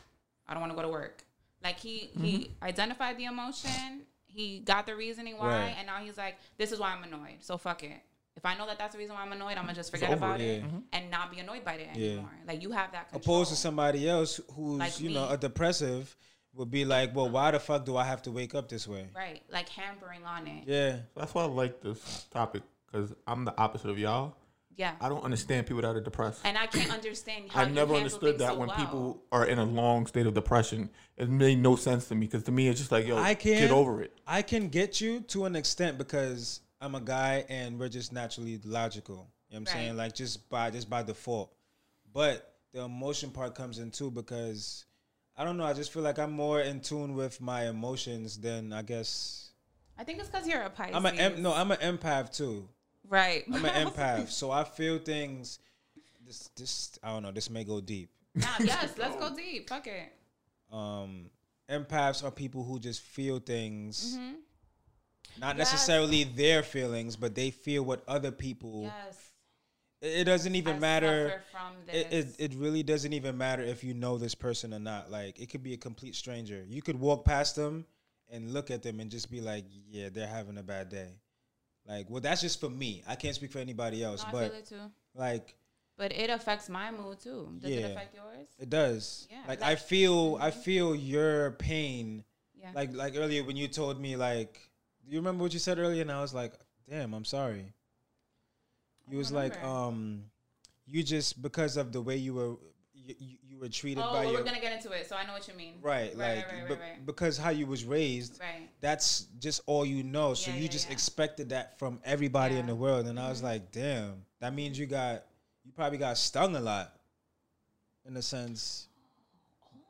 I don't want to go to work. Like he he Mm-hmm. identified the emotion, he got the reasoning why, Right. and now he's like, this is why I'm annoyed. So fuck it. If I know that that's the reason why I'm annoyed, I'm gonna just forget over about it. it Yeah. and not be annoyed by it Yeah. anymore. Like you have that control. opposed to somebody else who's Like you know me. a depressive would be like well why the fuck do i have to wake up this way right? Like hampering on it. yeah that's why I like this topic because I'm the opposite of y'all. Yeah. I don't understand people that are depressed. and I can't understand. How I you never handle things understood that so when well. people are in a long state of depression. It made no sense to me because to me it's just like, yo, i can get over it. i can get you to an extent because i'm a guy and we're just naturally logical you know what i'm Right. saying like just by just by default but the emotion part comes in too because i don't know i just feel like i'm more in tune with my emotions than i guess I think it's because you're a Pisces. i'm an em- no i'm an empath too right. I'm an empath, so I feel things. This, this, I don't know. This may go deep. nah, yes, let's go deep. Fuck it. Um, empaths are people who just feel things, not Mm-hmm. Yes. necessarily their feelings, but they feel what other people. Yes. It, it doesn't even I matter. suffer from It, it this. it really doesn't even matter if you know this person or not. Like it could be a complete stranger. You could walk past them and look at them and just be like, "Yeah, they're having a bad day." Like, well, that's just for me. I can't speak for anybody else. No, I but feel it too. like, But it affects my mood too. Does Yeah. it affect yours? It does. Yeah, Like like- mm-hmm. I feel, I feel your pain. Yeah. Like like earlier when you told me like, do you remember what you said earlier? And I was like, damn, I'm sorry. You was like, remember. um, you just because of the way you were, you, you, you were treated oh, by well, your we're gonna get into it, so I know what you mean. right, Right. like right. Right. be- Right. right. because how you was raised. Right. That's just all you know. So Yeah, you yeah, just yeah. expected that from everybody in Yeah. Mm-hmm. the world. And I was like, damn, that means you got, you probably got stung a lot in a sense. Oh,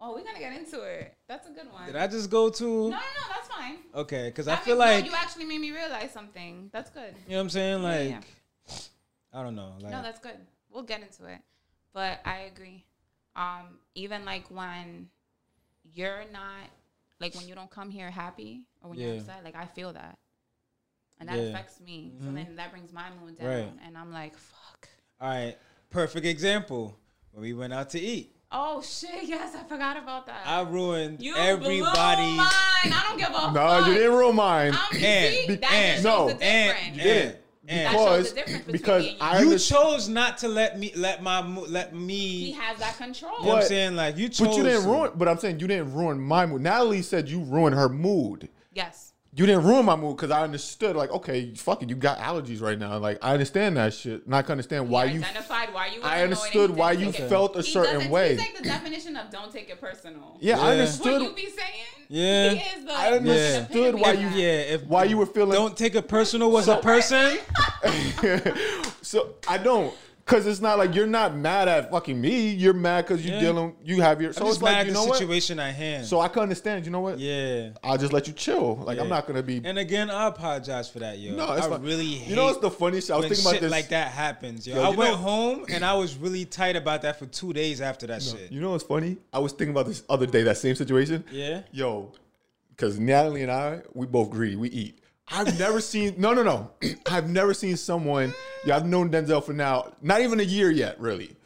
Oh, we're gonna get into it. That's a good one. Did I just go no, to no, no, that's fine. okay? Because I mean, feel no, like you you actually made me realize something. That's good. know what I'm saying. Like yeah. I don't know. Like No, that's good. We'll get into it. But I agree. Um, even like when you're not like when you don't come here happy or when you're Yeah. upset, like I feel that. And that Yeah. Mm-hmm. affects me. So then that brings my mood down Right. and I'm like, fuck. all right. Perfect example when we went out to eat. Oh shit, yes, I forgot about that. I ruined you blew everybody's mine. I don't give a No, fuck. you didn't ruin mine. I'm, And- see, that and- just shows No, the and- difference. and, that and, shows Because the difference between because me and you. I you understand- chose not to let me let my mo- let he me. has that control. You know what I'm But- saying? Like you chose. But you didn't ruin. But I'm saying you didn't ruin my mood. Natalie said you ruined her mood. Yes. You didn't ruin my mood because I understood. Like, okay, fuck it, you got allergies right now. Like, I understand that shit. Not understand why you. identified why you. I annoyed understood and why didn't you take it. felt a He certain doesn't- way. He's like the definition of don't take it personal. Yeah, Yeah. I What you understood. be saying? Yeah. He is the. I understood why you- If, yeah, if Why you were feeling don't take it personal was a person. So I don't, cause it's not like you're not mad at fucking me. You're mad cause you're Yeah. dealing. You have your. I'm So just it's mad like at you the know what. situation at hand. So I can understand. You know what? yeah. I'll just let you chill. Like I'm Yeah. not gonna be. And again, I apologize for that, yo. no, it's I fine. really hate You know what's the funniest? I was when thinking shit about this. like that happens, yo. Yo, I you went know- home and I was really tight about that for two days after that shit. You know what's funny? I was thinking about this other day. That same situation. Yeah. Yo, cause Natalie and I, we both greedy. We eat. I've never seen. No, no, no. I've never seen someone. Yeah, I've known Denzel for now, not even a year yet, really.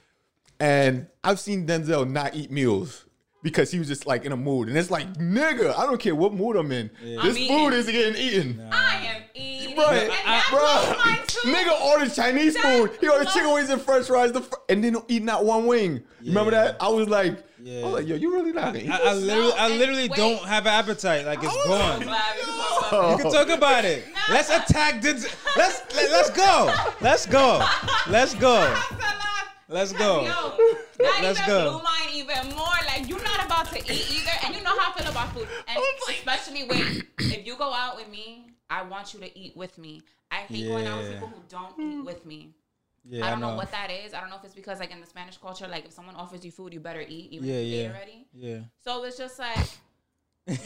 And I've seen Denzel not eat meals because he was just like in a mood. And it's like, nigga, I don't care what mood I'm in. This I'm food eating. is getting eaten. I am eating. Bruh, and that bruh, blows mine too. nigga ordered Chinese That food. He ordered blows- chicken wings and french fries the fr- and then eat not one wing. You Remember Yeah. that? I was like, Yeah. I was like, yo, you really not gonna eat I, I this? literally, I and literally wait. Oh, don't have an appetite. Like it's I'm gone. glad we can talk about Oh. You can talk about it. Let's attack. Denzel. Let's let, let's go. Let's go. Let's go. this. I laugh Let's because, go. Yo, that Let's even go. blew mine even more. Like you're not about to eat either, and you know how I feel about food, and Oh especially when if you go out with me, I want you to eat with me. I hate going out with Yeah. people who don't eat with me. Yeah, I don't know. what that is. I don't know if it's because like in the Spanish culture, like if someone offers you food, you better eat, even Yeah, if you ate yeah. already. Yeah. So it's just like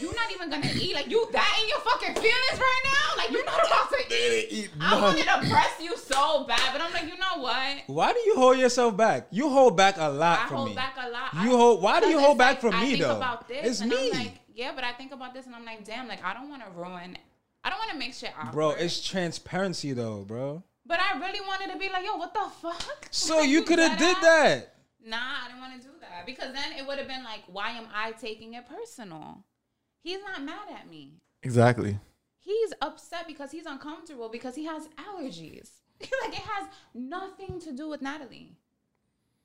you're not even gonna eat. Like you that in your fucking feelings right now. Like you're not about to eat. Eat I none. wanted to press you so bad, but I'm like, you know what? Why do you hold yourself back? You hold back a lot I from hold me. back a lot. You I- hold- why do you because hold it's back like, from I me, think though? About this, It's and me. I'm like, yeah, but I think about this, and I'm like, damn, like I don't want to ruin. I don't want to make shit awkward. Bro, it's transparency though, bro. But I really wanted to be like, yo, what the fuck? So Like, you could have did deadass? that. Nah, I didn't want to do that because then it would have been like, why am I taking it personal? He's not mad at me. Exactly. He's upset because he's uncomfortable because he has allergies. like it has nothing to do with Natalie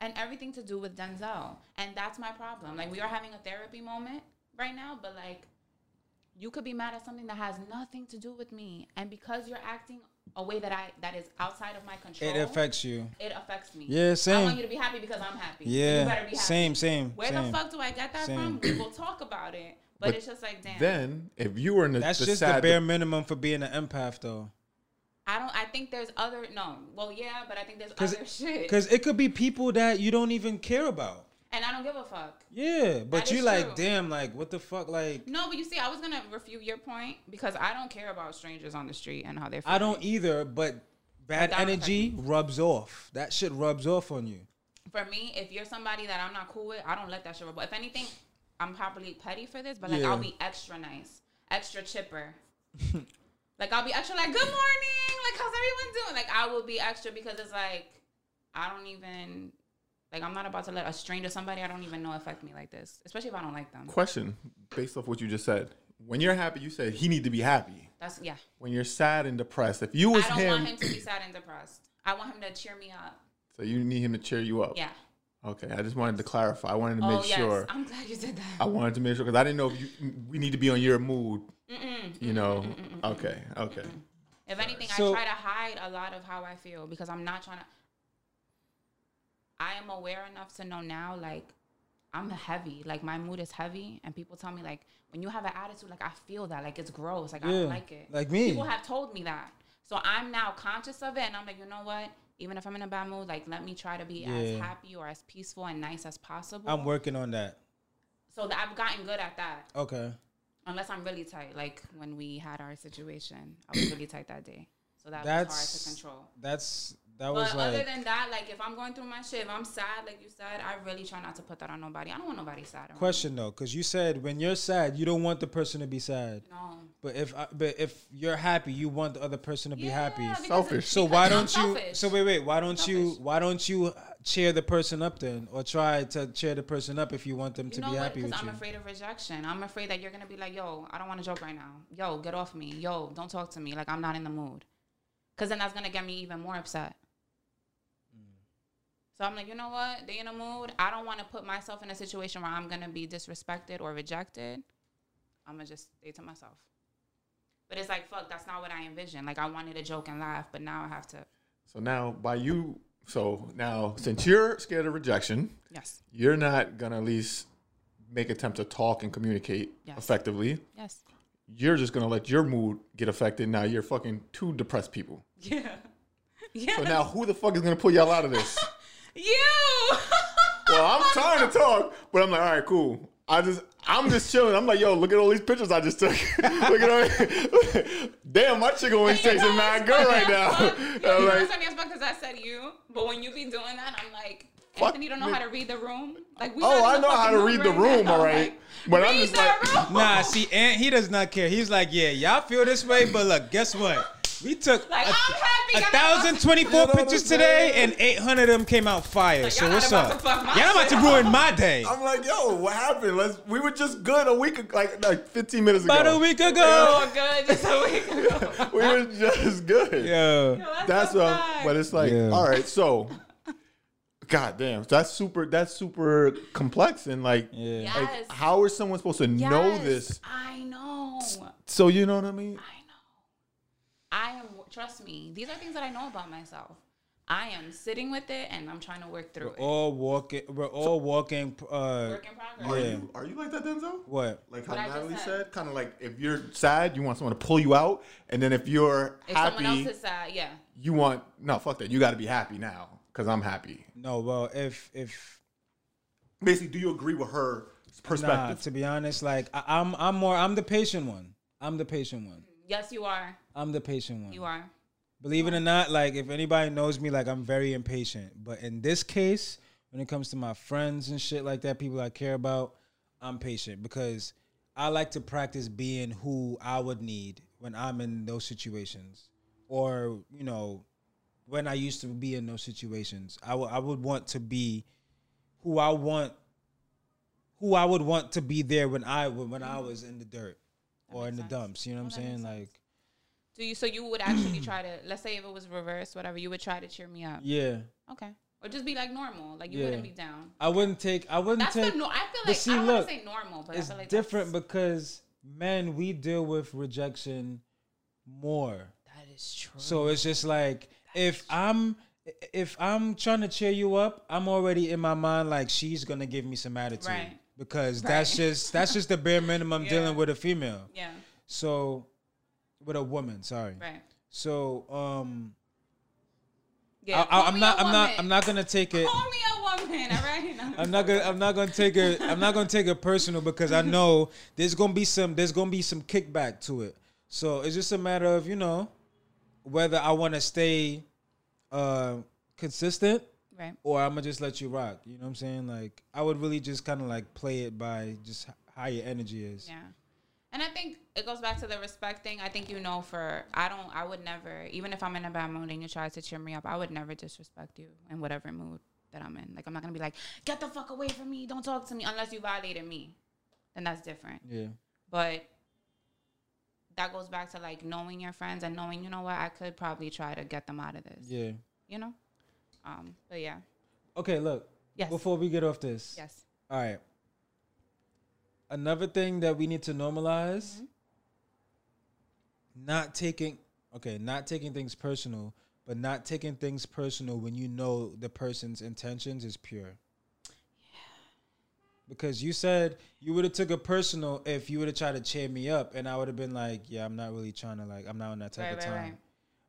and everything to do with Denzel. And that's my problem. Like we are having a therapy moment right now, but like you could be mad at something that has nothing to do with me and because you're acting a way that I that is outside of my control. It affects you. it affects me. Yeah, I same. want you to be happy because I'm happy. So you better Yeah. be happy. Same, same. Where same. the fuck do I get that Same. from? We will talk about it, but, But it's just like damn. Then if you were in the, That's the just the sad, bare minimum for being an empath though. I don't. I think there's other. No. Well, yeah, but I think there's Cause, other shit, 'cause it could be people that you don't even care about. and I don't give a fuck. Yeah, but That you is like, true. damn, like, what the fuck? Like, No, but you see, I was gonna refute your point because I don't care about strangers on the street and how they're. I feeling. don't either, but bad That affects energy rubs off. That shit rubs off on you. For me, if you're somebody that I'm not cool with, I don't let that shit. roll. But if anything, I'm probably petty for this, but like Yeah. I'll be extra nice, extra chipper. like I'll be extra like, "Good morning, like how's everyone doing?" Like I will be extra because it's like I don't even like I'm not about to let a stranger, somebody I don't even know, affect me like this, especially if I don't like them. question based off what you just said. When you're happy, you said he need to be happy. That's yeah. When you're sad and depressed, if you was I don't him, want him to be sad and depressed. I want him to cheer me up. so you need him to cheer you up. Yeah. Okay, I just wanted to clarify. I wanted to Oh make yes, sure. I'm glad you did that. I wanted to make sure because I didn't know if you we need to be on your mood. You know. Okay. Okay. If anything, So- I try to hide a lot of how I feel because I'm not trying to. I am aware enough to know now, like, I'm heavy. Like, my mood is heavy. And people tell me, like, when you have an attitude, like, I feel that. Like, it's gross. Like, I Yeah, don't like it. like me. People have told me that. So I'm now conscious of it. And I'm like, you know what? Even if I'm in a bad mood, like, let me try to be as Yeah. happy or as peaceful and nice as possible. I'm working on that. So that I've gotten good at that. Okay. Unless I'm really tight, like when we had our situation, I was really tight that day. So that was That's hard to control. That's that was But other like than that, like if I'm going through my shit, if I'm sad, like you said, I really try not to put that on nobody. I don't want nobody sad. around question though, because you said when you're sad, you don't want the person to be sad. me. No. But if I, but if you're happy, you want the other person to be happy. because- Selfish. So why because don't I'm you? selfish. So wait, wait. Why don't you? Selfish. Why don't you cheer the person up then, or try to cheer the person up if you want them You to know be what? happy with Because I'm you? afraid of rejection. I'm afraid that you're gonna be like, "Yo, I don't want to joke right now. Yo, get off me. Yo, don't talk to me. Like I'm not in the mood." Because then that's gonna get me even more upset. So I'm like, you know what? They in the mood. I don't want to put myself in a situation where I'm gonna be disrespected or rejected. I'm gonna just stay to myself. But it's like, fuck, that's not what I envisioned. Like I wanted to joke and laugh, but now I have to. So now, by you, so now since you're scared of rejection, Yes. you're not gonna at least make attempt to talk and communicate Yes. effectively. Yes. You're just gonna let your mood get affected. Now you're fucking two depressed people. Yeah. Yeah. So now, who the fuck is gonna pull y'all out of this? you. well, I'm trying to talk, but I'm like, all right, cool. I just, I'm just chilling. I'm like, yo, look at all these pictures I just took. look at all. Damn, my chicken wing You steaks know are mad what's good funny right now. as fuck? And You know I'm what's like, funny as fuck? Because I said you, but when you be doing that, I'm like, Fuck Anthony don't know me. how to read the room. Like we. oh, not I in the know how to fucking read the right room, now. all right. But I'm read just the like, room. Nah, see, Ant, he does not care. He's like, yeah, y'all feel this way, but look, guess what? We took Like, a, I'm happy a that I thousand lost- twenty-four You know pictures what I'm today, saying? and eight hundred of them came out fire. So So y'all what's about up? to fuck my Y'all about to shit ruin my day. I'm like, yo, what happened? Let's. We were just good a week, ag- like like 15 minutes ago. About a week ago. Oh, good. Just a week ago. We were just good. Yeah. Yo, That's so what. fun. But it's like, Yeah. all right, so. God damn, that's super. That's super complex and like, Yeah. like, Yes. how is someone supposed to Yes, know this? I know. So you know what I mean? I know. I am. Trust me. These are things that I know about myself. I am sitting with it, and I'm trying to work through it. All walking. We're all walking. Uh, Work in Are progress. Yeah. you are you like that, Denzel? what? Like how What I just Natalie said. said, kind of like if you're sad, you want someone to pull you out, and then if you're If happy, someone else is sad, yeah. you want no fuck that. You got to be happy now because I'm happy. No. Well, if if Basically, do you agree with her nah, perspective? to be honest, like I, I'm I'm more I'm the patient one. I'm the patient one. Yes, you are. I'm the patient one. You are. Believe it or not, like if anybody knows me, like I'm very impatient. But in this case, when it comes to my friends and shit like that, people I care about, I'm patient because I like to practice being who I would need when I'm in those situations, or you know, when I used to be in those situations. I would I would want to be who I want, who I would want to be there when I when I was in the dirt or in the dumps. You know what I'm saying? Like Do you? So you would actually try to, let's say if it was reversed, whatever, you would try to cheer me up. yeah. Okay. Or just be like normal, like you Yeah. wouldn't be down. I wouldn't take. I wouldn't That's take. the no. I feel but like see, I don't want look, to say normal, but I it's feel like different That's, because men we deal with rejection more. that is true. So it's just like if I'm if I'm trying to cheer you up, I'm already in my mind like she's gonna give me some attitude Right. because that's Right. just that's just the bare minimum Yeah. dealing with a female. yeah. So with a woman, sorry. Right. So um, Yeah. I, call I, I'm me not a I'm not woman. I'm not gonna take it. Call me a woman. All right. No, I'm not gonna I'm not gonna take it I'm not gonna take it personal because I know there's gonna be some there's gonna be some kickback to it. So it's just a matter of, you know, whether I wanna stay uh consistent Right. or I'ma just let you rock. You know what I'm saying? Like I would really just kinda like play it by just h- how your energy is. Yeah. And I think it goes back to the respect thing. I think you know for I don't I would never even if I'm in a bad mood and you try to cheer me up, I would never disrespect you in whatever mood that I'm in. Like I'm not gonna be like, get the fuck away from me, don't talk to me unless you violated me. Then that's different. Yeah. But that goes back to like knowing your friends and knowing, you know what, I could probably try to get them out of this. Yeah. You know? Um, but yeah. Okay, look. Yes. Before we get off this. Yes. All right. Another thing that we need to normalize Mm-hmm. not taking okay, not taking things personal, but not taking things personal when you know the person's intentions is pure. Because you said you would have took it personal if you would have tried to cheer me up and I would have been like, yeah, I'm not really trying to like I'm not on that type Right, of right, time. right.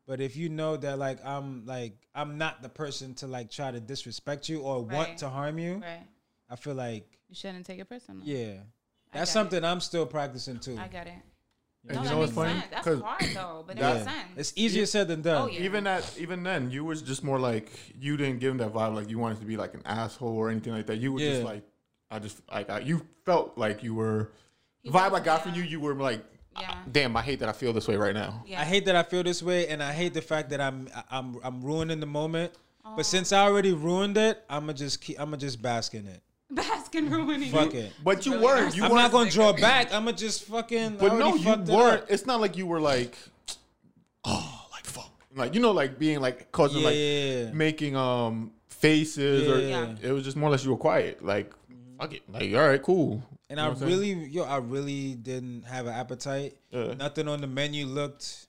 But if you know that like I'm like I'm not the person to like try to disrespect you or Right. want to harm you, Right. I feel like You shouldn't take it personal. yeah, I that's got it. something I'm still practicing too. I got it. And no, you that know what's makes funny? sense. That's Because hard though, but Yeah. that makes sense. It's easier said than done. Oh, yeah. even at even then, you was just more like you didn't give him that vibe like you wanted to be like an asshole or anything like that. You were Yeah. just like, I just like I, you felt like you were. He vibe I was, got from yeah. you, you were like, Yeah. damn, I hate that I feel this way right now. yeah. I hate that I feel this way, and I hate the fact that I'm I'm I'm ruining the moment. Oh. But since I already ruined it, I'ma just keep I'ma just bask in it. Baskin ruining Fuck it. But you Really weren't. nice. You I'm weren't. not gonna draw back. I'ma just fucking. I but no, already you fucked it weren't. up. It's not like you were like, oh, like fuck, like you know, like being like causing like Yeah. making um faces or Yeah. Mm-hmm. it was just more or less you were quiet. Like fuck it, like all right, cool. And You know I what I'm saying? really, yo, I really didn't have an appetite. Yeah. Nothing on the menu looked.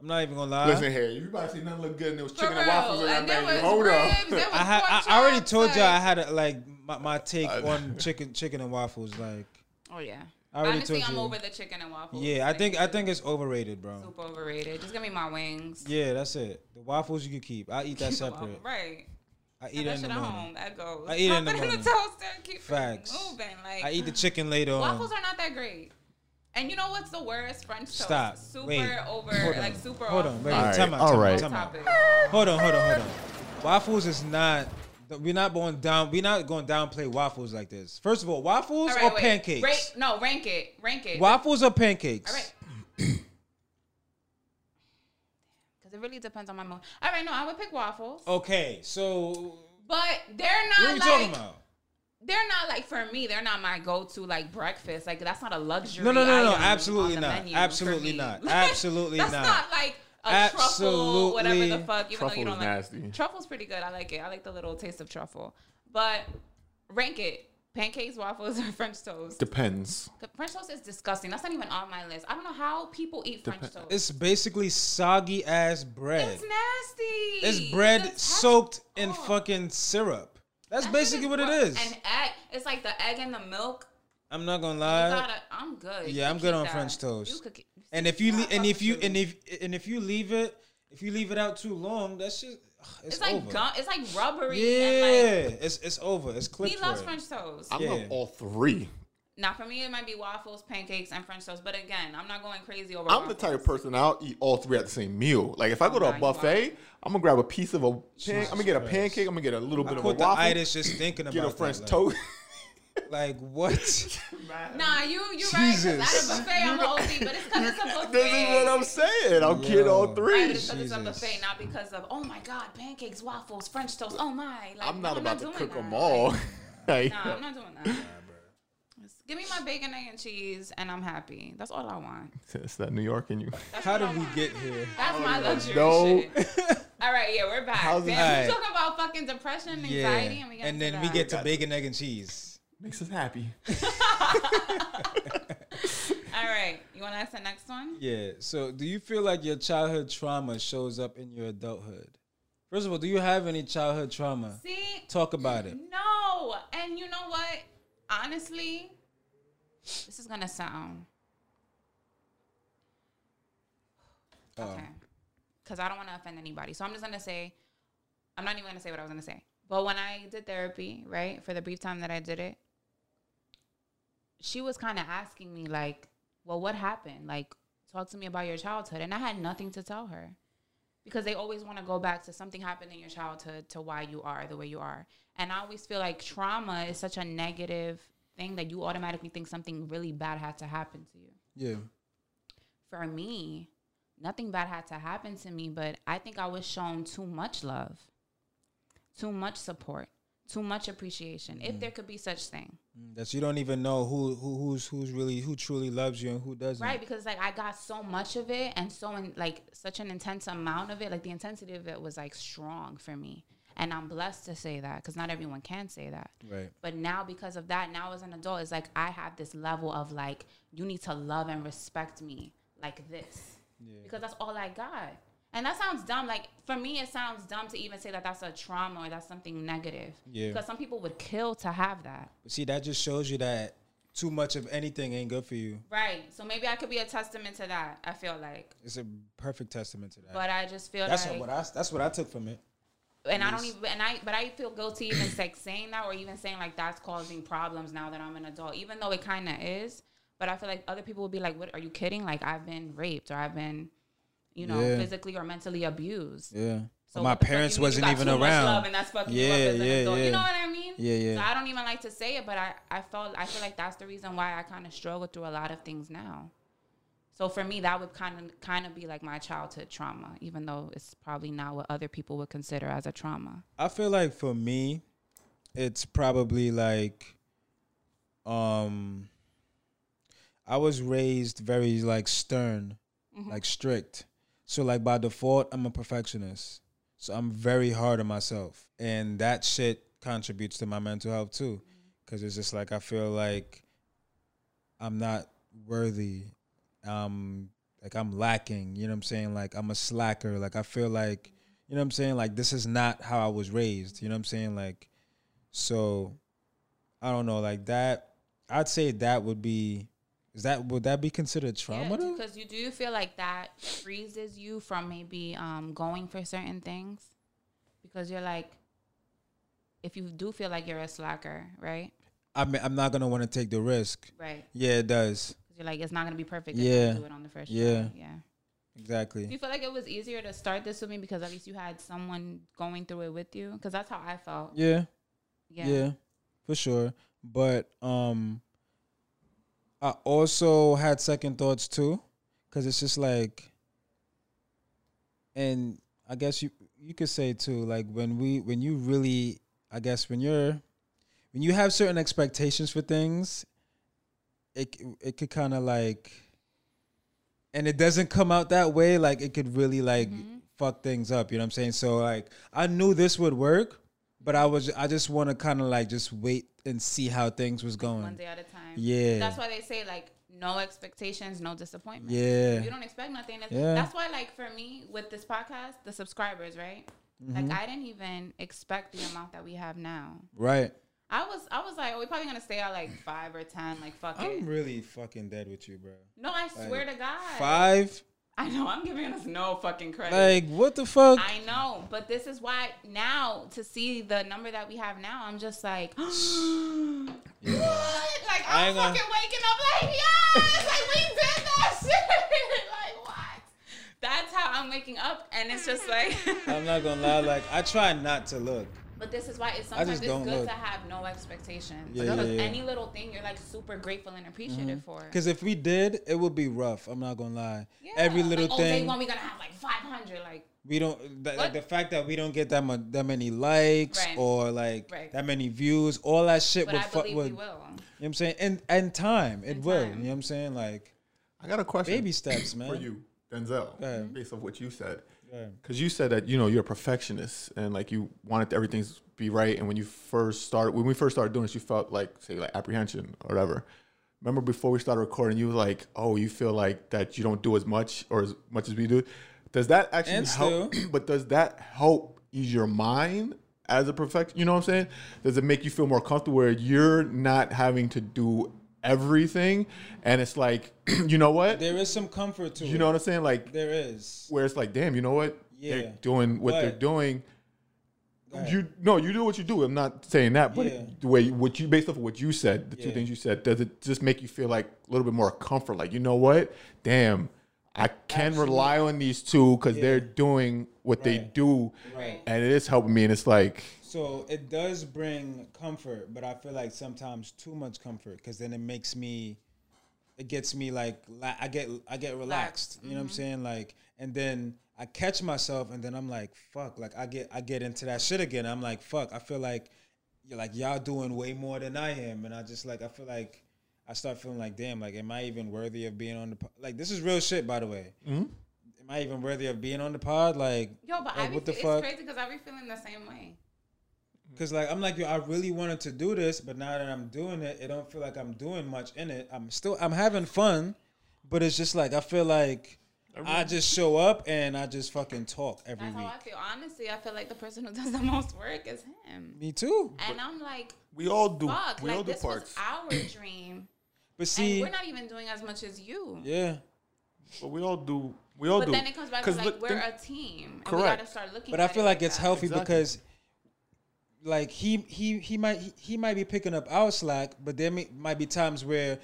I'm not even gonna lie. listen here. You about to see nothing look good and there was For chicken real. and waffles on that And there menu. was Hold ribs. up. There was I ha- pork I, I already chops, told like- y'all I had a, like my, my take I- on chicken chicken and waffles. Like, Oh yeah. I already Honestly, told I'm you. over the chicken and waffles. yeah, I Like, think I think it's overrated, it's bro. super overrated. Just give me my wings. Yeah, that's it. The waffles you can keep. I eat that The waffle- separate. Right. I Eat eat it in that shit the at morning. home. That goes. I eat it in Pop the in morning. the toaster. and Keep it Facts. moving. Like I eat the chicken later waffles on. are not that great. And you know what's the worst? French toast. Stop. Super Wait. over. Hold like on. super. Hold off on, wait, All time out, right, time all out, right. time out. topic. Hold on, hold on, hold on. Waffles is not. We're not going down. We're not going to downplay waffles like this. First of all, waffles All right, or wait. pancakes. Ra- no, rank it. Rank it. Waffles or pancakes. All right. Because it really depends on my mood. All right, no, I would pick waffles, Okay, so but they're Oh. what not are we like talking about? they're not like for me. They're not my go-to like breakfast. Like that's not a luxury. No, no, no, no, item absolutely on the not. menu Absolutely for me. not. Like, Absolutely that's not. not. like a Absolutely. truffle, whatever the fuck. Even though Truffle you is don't like nasty. truffle's pretty good. I like it. I like the little taste of truffle. But rank it: pancakes, waffles, or French toast. Depends. French toast is disgusting. That's not even on my list. I don't know how people eat French toast. It's basically soggy ass bread. It's nasty. It's bread It's soaked in oh. fucking syrup. That's That shit basically what it gross. is. An egg. It's like the egg and the milk. I'm not gonna You lie. gotta, I'm good. Uh, yeah, You I'm keep good on that. French toast. You could keep- and if you Yeah, le- I and fuck if with you and if and if you leave it if you leave it out too long, that's just ugh, it's, it's like over. gum, it's like rubbery. And yeah, it's it's over. It's like, clipped. he for loves it. French toast. I Yeah. love all three. now for me, it might be waffles, pancakes, and French toast. But again, I'm not going crazy over. I'm the type of person I'll eat all three at the same meal. Like if I go to nah, a you buffet, I'm gonna grab a piece of a pan, I'm gonna get a pancake, I'm gonna get a little I bit of a put the waffle, itis just thinking about get a that, French like- toast. Like what? Nah, you you right. 'cause Jesus. At a buffet, I'm OD, but it's because it's a buffet. this is what I'm saying. I'll get all Yo. Right, three. but it's 'cause it's a Jesus. buffet, not because of oh my god, pancakes, waffles, French toast. Oh my! Like, I'm not no, about to doing cook that. them all. Like, Nah, I'm not doing that. Just Give me my bacon, egg, and cheese, and I'm happy. That's all I want. it's that New York in you. How did we get here? That's my luxury No. shit. all right, yeah, we're back. How's it- Damn, we All right. talking about fucking depression, anxiety, and we get and into then we that. get to bacon, egg, and cheese. Makes us happy. All right, you want to ask the next one? Yeah. So, do you feel like your childhood trauma shows up in your adulthood? First of all, do you have any childhood trauma? See, Mm-hmm. Talk about it. No. And you know what? Honestly, this is going to sound. Okay. Because I don't want to offend anybody. So I'm just going to say, I'm not even going to say what I was going to say. But when I did therapy, right, for the brief time that I did it, she was kind of asking me, like, well, what happened? Like, talk to me about your childhood. And I had nothing to tell her because they always want to go back to something happened in your childhood to why you are the way you are. And I always feel like trauma is such a negative thing that you automatically think something really bad had to happen to you. Yeah. For me, nothing bad had to happen to me, but I think I was shown too much love, too much support, too much appreciation, if there could be such thing. That you don't even know who, who who's who's really who truly loves you and who doesn't. Right, because like I got so much of it and so in like such an intense amount of it, like the intensity of it was like strong for me. And I'm blessed to say that because not everyone can say that. Right. But now because of that, now as an adult, it's like I have this level of like you need to love and respect me like this. Because that's all I got. And that sounds dumb. Like for me, it sounds dumb to even say that that's a trauma or that's something negative. Yeah. Because some people would kill to have that. But see, that just shows you that too much of anything ain't good for you. Right. So maybe I could be a testament to that. I feel like. It's a perfect testament to that. But I just feel that's like what I that's what I took from it. and I don't even and I but I feel guilty even like saying that or even saying like that's causing problems now that I'm an adult, even though it kind of is. But I feel like other people would be like, "What are you kidding? Like I've been raped or I've been, you know, Yeah. physically or mentally abused." Yeah. So my what the fuck parents you mean? You wasn't got even too much around. love and that's fucking you up Yeah, as an yeah, adult. yeah. You know what I mean? Yeah, yeah. So I don't even like to say it, but I, I felt I feel like that's the reason why I kind of struggle through a lot of things now. So for me, that would kind of kind of be like my childhood trauma, even though it's probably not what other people would consider as a trauma. I feel like for me, it's probably like, um, I was raised very like stern, like strict. So like by default, I'm a perfectionist. So I'm very hard on myself, and that shit contributes to my mental health too, because it's just like I feel like I'm not worthy. Um, like I'm lacking. You know what I'm saying? Like I'm a slacker. Like I feel like you know what I'm saying. Like this is not how I was raised. You know what I'm saying? Like so, I don't know. Like that, I'd say that would be. Is that would that be considered trauma? though? because you do you feel like that freezes you from maybe um, going for certain things because you're like, if you do feel like you're a slacker, right? I mean, I'm not gonna want to take the risk. Right. Yeah, it does Because you're like, it's not gonna be perfect. if I Yeah. do it on the first Yeah. try. Yeah. Do exactly. you feel like it was easier to start this with me because at least you had someone going through it with you? Because that's how I felt. Yeah. Yeah. yeah for sure but um i also had second thoughts too because it's just like and i guess you you could say too like when we when you really i guess when you're when you have certain expectations for things it c- it could kind of like and it doesn't come out that way like it could really like Mm-hmm. fuck things up you know what i'm saying so like i knew this would work but i was i just want to kind of like just wait and see how things was One going day at a time. Yeah. That's why they say like no expectations, no disappointment. Yeah. You don't expect nothing. That's, Yeah. that's why like for me with this podcast, the subscribers, right? Mm-hmm. Like I didn't even expect the amount that we have now. right I was I was like, oh, we're probably gonna stay at like five or ten. Like fuck it. i'm really fucking dead with you bro no, I swear to God. five I know I'm giving us no fucking credit. like what the fuck I know, but this is why now to see the number that we have now, I'm just like, what? Like I I'm ain't gonna- fucking waking up like yes, like we did that shit. like what? That's how I'm waking up, and it's just like. i'm not gonna lie like i try not to look but this is why it's sometimes it's just good don't look. to have no expectations. Yeah, because yeah, Mm-hmm. yeah. any little thing you're like super grateful and appreciative for. because if we did it would be rough i'm not gonna lie every Yeah, little like, Oh, day thing one we're gonna have like 500. Like we don't that, What? like the fact that we don't get that much that many likes Right. or like Right. that many views all that shit but would I fuck believe would we you know will. what i'm saying and and time it will time. you know what i'm saying like I got a question. baby steps man for you, Denzel, ahead. based off what you said. Because you said that you know you're a perfectionist and like you wanted everything to be right. And when you first started, when we first started doing this, you felt like say like apprehension or whatever. Remember before we started recording, you were like, "Oh, you feel like that you don't do as much or as much as we do." Does that actually And help? but does that help ease your mind as a perfect? You know what I'm saying? Does it make you feel more comfortable where you're not having to do everything, and it's like, you know what? there is some comfort to You it know what I'm saying? Like there is where it's like, damn, you know what? Yeah. They're doing what they're But- doing. ahead. You no, you do what you do. I'm not saying that, but Yeah. the way what you based off of what you said, the two Yeah. things you said, does it just make you feel like a little bit more comfort? Like, you know what? Damn, I can rely on these two because they're doing what they Right. do, Right. and it is helping me. And it's like, so it does bring comfort but i feel like sometimes too much comfort because then it makes me it gets me like la- i get i get relaxed you know what i'm saying like and then i catch myself and then i'm like fuck like i get i get into that shit again i'm like fuck i feel like you're like y'all doing way more than i am and i just like i feel like i start feeling like damn like am i even worthy of being on the po- like this is real shit by the way am i even worthy of being on the pod like Yo, but I like, be, what the it's fuck crazy because I be feeling the same way. Cause like I'm like yo, I really wanted to do this, but now that I'm doing it, it don't feel like I'm doing much in it. I'm still I'm having fun, but it's just like I feel like I just show up and I just fucking talk every That's week. how I feel. Honestly, I feel like the person who does the most work is him. Me too. And I'm like, we all do, fuck, we all like do this parts. was our dream. But And see, we're not even doing as much as you. yeah, But we all do. We all but do. then it comes back to 'Cause like look, we're think- a team. And we Correct. gotta start looking. But I at feel it like it's that. healthy Exactly. because, like he he he might he, he might be picking up our slack, but there may, might be times where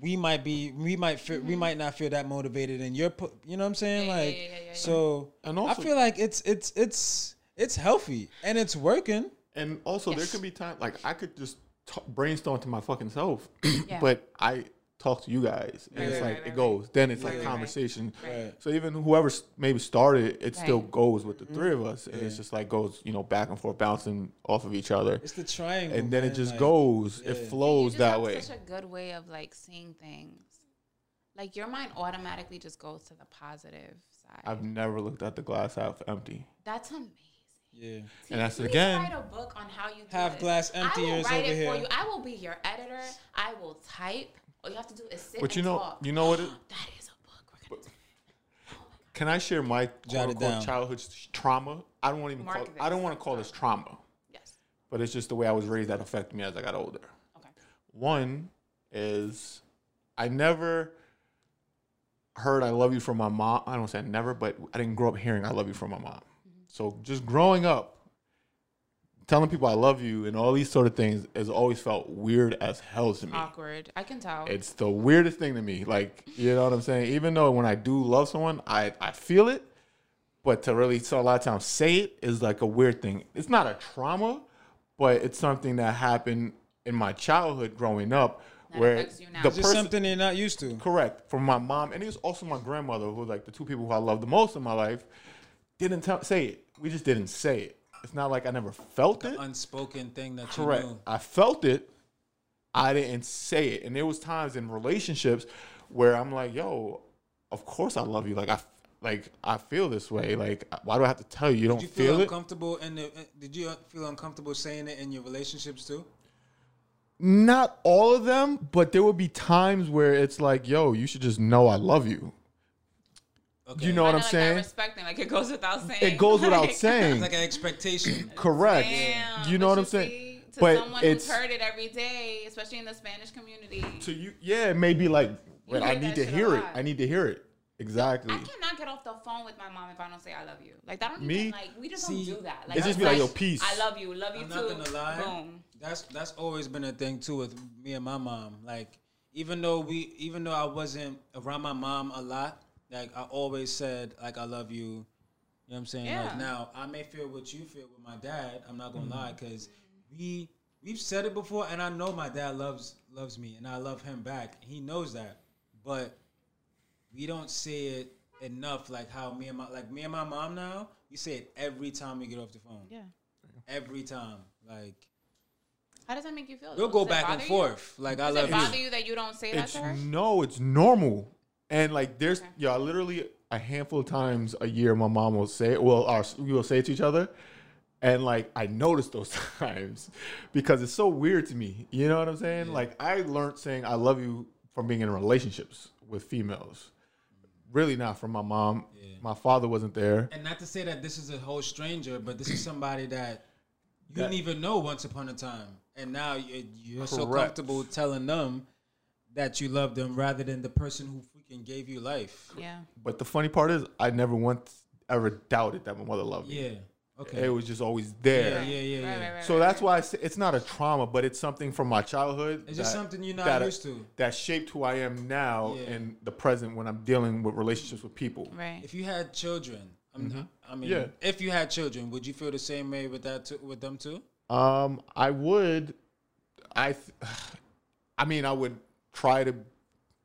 we might be we might feel, we might not feel that motivated, and you're pu- you know what I'm saying Mm-hmm. Yeah, yeah, like yeah, yeah, yeah, so. And also- I feel like it's it's it's it's healthy and it's working. And also, there could be times like I could just t- brainstorm to my fucking self, but I talk to you guys, and right, it's like right, it right. goes. Then it's like right, right. conversation. Right. Mm-hmm. So even whoever s- maybe started, it still Right. goes with the three of us, and it's just like goes, you know, back and forth, bouncing off of each other, It's the triangle, and then it man, just like- goes. It You flows just that have way. Such a good way of like seeing things. Like your mind automatically just goes to the positive side. I've never looked at the glass half empty. that's amazing. Yeah, And that's Please again- Write a book on how you do Half it. glass I will emptiers over write it for here. you. I will be your editor. I will type. All you have to do is sit. But you and know, talk. you know what? It, that is a book. We're gonna. can I share my Jot it quote-unquote down. childhood s- trauma? I don't want even. Mark Call, this. I don't want to call this trauma, yes. but it's just the way I was raised that affected me as I got older. Okay. One is I never heard I love you from my mom. I don't say never, but I didn't grow up hearing I love you from my mom. Mm-hmm. So just growing up, telling people I love you and all these sort of things has always felt weird as hell to me. Awkward. I can tell. It's the weirdest thing to me. Like, you know what I'm saying? Even though when I do love someone, I, I feel it. But to really, so a lot of times, say it is like a weird thing. It's not a trauma, but it's something that happened in my childhood growing up where affects you now. the It's just person, something they're not used to. correct, from my mom, and it was also my grandmother, who like the two people who I love the most in my life, didn't tell, say it. We just didn't say it. It's not like I never felt it. Unspoken thing that Correct. you know. I felt it. I didn't say it. And there was times in relationships where I'm like, yo, of course I love you. Like I f- like I feel this way. Like why do I have to tell you? You don't Did you feel, feel, it? uncomfortable in the? in- Did you feel uncomfortable saying it in your relationships too? Not all of them, but there would be times where it's like, yo, you should just know I love you. You know Kinda what I'm like saying? That respecting. Like it goes without saying. it goes without Like- saying. It's like an expectation. Correct. Damn, You know but what I'm saying? see, To But someone it's- who's heard it every day, especially in the Spanish community, So you yeah, it may be like, wait, hear I that need to shit a hear it. lot. I need to hear it. Exactly. I cannot get off the phone with my mom if I don't say I love you. Like I don't Me? even like we just See, don't do that. Like It's just be I'm like, like, yo, peace. I love you, love you I'm too. not gonna lie. Boom. That's that's always been a thing too with me and my mom. Like even though we even though I wasn't around my mom a lot, like I always said like I love you. You know what I'm saying? Yeah. Like now I may feel what you feel with my dad. I'm not gonna lie Mm-hmm. because we we've said it before, and I know my dad loves loves me, and I love him back. He knows that, but we don't say it enough. Like how me and my like me and my mom now, we say it every time we get off the phone. Yeah. Every time, like. How does that make you feel? We'll Does go it back and bother you? forth. Like I Does it love bother you. you that you don't say that It's to her? no, it's normal. And like there's yeah, literally a handful of times a year my mom will say it. Well, our, we will say it to each other. And like I notice those times because it's so weird to me. You know what I'm saying? Like I learned saying I love you from being in relationships with females. Really not from my mom. My father wasn't there. And not to say that this is a whole stranger, but this is somebody that you didn't even know once upon a time, and now you- you're so Correct. comfortable telling them that you love them rather than the person who freaking gave you life. Yeah. But the funny part is I never once ever doubted that my mother loved me. Yeah. It Okay. was just always Yeah. there. Yeah. Yeah. Right, yeah. right, right, So right, that's right. why I say it's not a trauma, but it's something from my childhood. It's just something you're not that- used to. That shaped who I am now Yeah. and the present when I'm dealing with relationships with people. Right. If you had children, I'm, I mean, Mm-hmm. Yeah. if you had children, would you feel the same way with that too, with them too? Um, I would, I, th- I mean, I would try to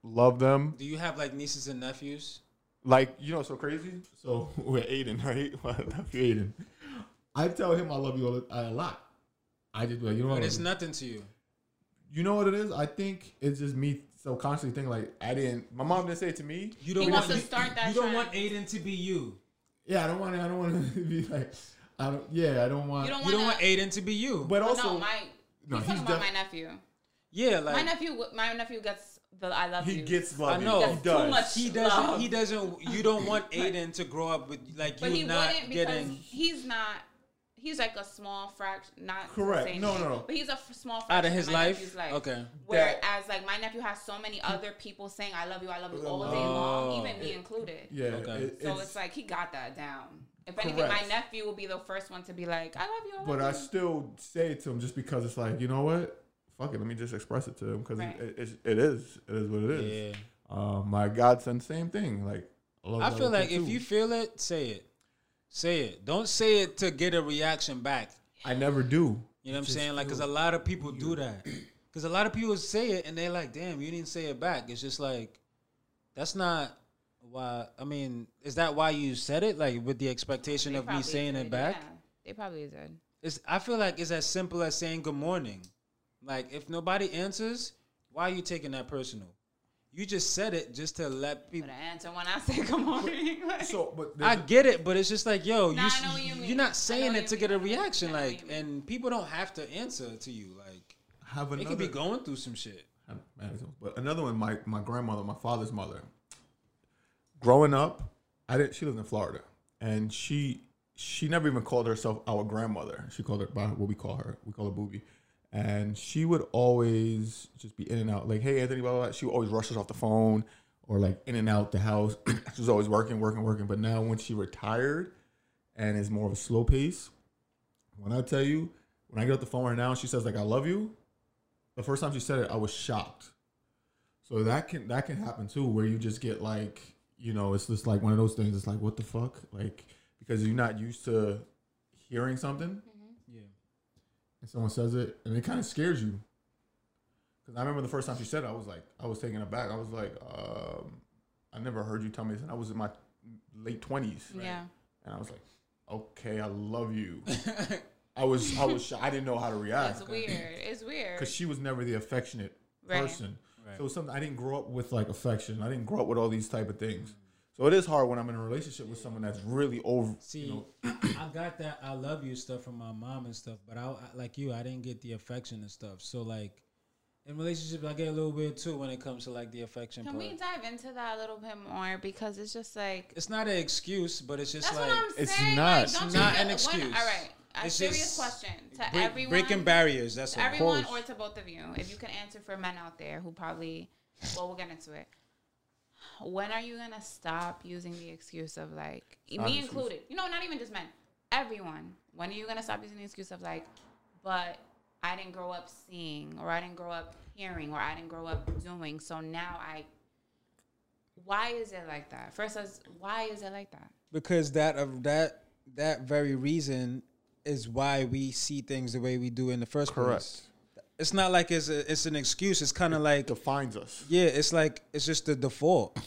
love them. Do you have like nieces and nephews? Like you know, so crazy. So with Aiden, right? My nephew Aiden. I tell him I love you a, a lot. I just be like you know what? But it's nothing to you. you know what it is. I think it's just me subconsciously thinking like I didn't. My mom didn't say it to me. You don't He want wants to start that you don't trend. want Aiden to be you. Yeah, I don't want to. I don't want to be like. I don't. Yeah, I don't want. You don't You want. don't want Aiden to be you. but No, also, my. No, he's he's talking about def- my nephew. yeah, My like nephew. w- My nephew gets the I love he you. gets love. I know. He That's too does. much. He doesn't. Love. He doesn't. You don't want Aiden to grow up with like But you he not wouldn't because getting. he's not he's like a small fraction, not Correct. saying No, he- no, no. But he's a f- small fraction Out of his my life. nephew's life. Okay. Whereas, like my nephew has so many other people saying "I love you, I love you" all day Oh. long, even me included. Yeah. Okay. it- So it's, like he got that down. If anything, Correct. my nephew will be the first one to be like, "I love you." I love but you. I still say it to him just because it's like, you know what? Fuck it. Let me just express it to him because Right. it, it, it is. It is what it is. Um, my godson, same thing. Like, love I that feel with like him if too. you feel it, say it. Say it. Don't say it to get a reaction back. I never do. You know what I'm saying? Like, because a lot of people do that. Because a lot of people say it and they're like, damn, you didn't say it back. It's just like, that's not why. I mean, is that why you said it? Like, with the expectation They of me probably saying did, it back? yeah. they probably did. It's, I feel like it's as simple as saying good morning. Like, if nobody answers, why are you taking that personal? You just said it just to let people. But I answer when I say "Good morning." like- So, but I there's- get it, but it's just like, yo, Nah, you, I know what you you mean. are I know not saying it what you to get a mean. I know reaction, what you like, mean. and people don't have to answer to you, like, have they another. could be going through some shit. I'm mad as well. But another one, my my grandmother, my father's mother. Growing up, I didn't. She lived in Florida, and she she never even called herself our grandmother. She called her by what we call her. We call her Booby, and she would always just be in and out. Like, hey Anthony, blah blah. blah. She would always rush us off the phone or like in and out the house. she was always working, working, working. But now when she retired, and is more of a slow pace. When I tell you, when I get off the phone right now, and she says like "I love you," the first time she said it, I was shocked. So that can that can happen too, where you just get like, you know, it's just like one of those things. It's like, what the fuck, like because you're not used to hearing something. Yeah. And someone says it, and it kind of scares you. Because I remember the first time she said it, I was like, I was taken aback. I was like, um, I never heard you tell me this, and I was in my late twenties. Yeah. And I was like, okay, I love you. I was I was shy. I didn't know how to react It's weird. It's weird. because she was never the affectionate Right. person. So it's something I didn't grow up with like affection. I didn't grow up with all these type of things. So it is hard when I'm in a relationship with someone that's really over. See, you know, I got that I love you stuff from my mom and stuff, but I, I- like you, I didn't get the affection and stuff. So like in relationships, I get a little weird too when it comes to like the affection Can part. we dive into that a little bit more because it's just like it's not an excuse, but it's just that's like what I'm it's saying. not. Like, don't It's you not feel- an when- excuse. all right, a It's serious just question to break- everyone, breaking barriers. That's to all. everyone or to both of you. If you can answer for men out there who probably, well, we'll get into it. When are you gonna stop using the excuse of like me included? You know, not even just men, everyone. When are you gonna stop using the excuse of like, but I didn't grow up seeing, or I didn't grow up hearing, or I didn't grow up doing, so now I. Why is it like that? First, as why is it like that? because that of that that very reason is why we see things the way we do in the first Correct. place. It's not like it's a, it's an excuse. It's kind of like defines us. yeah, it's like it's just the default.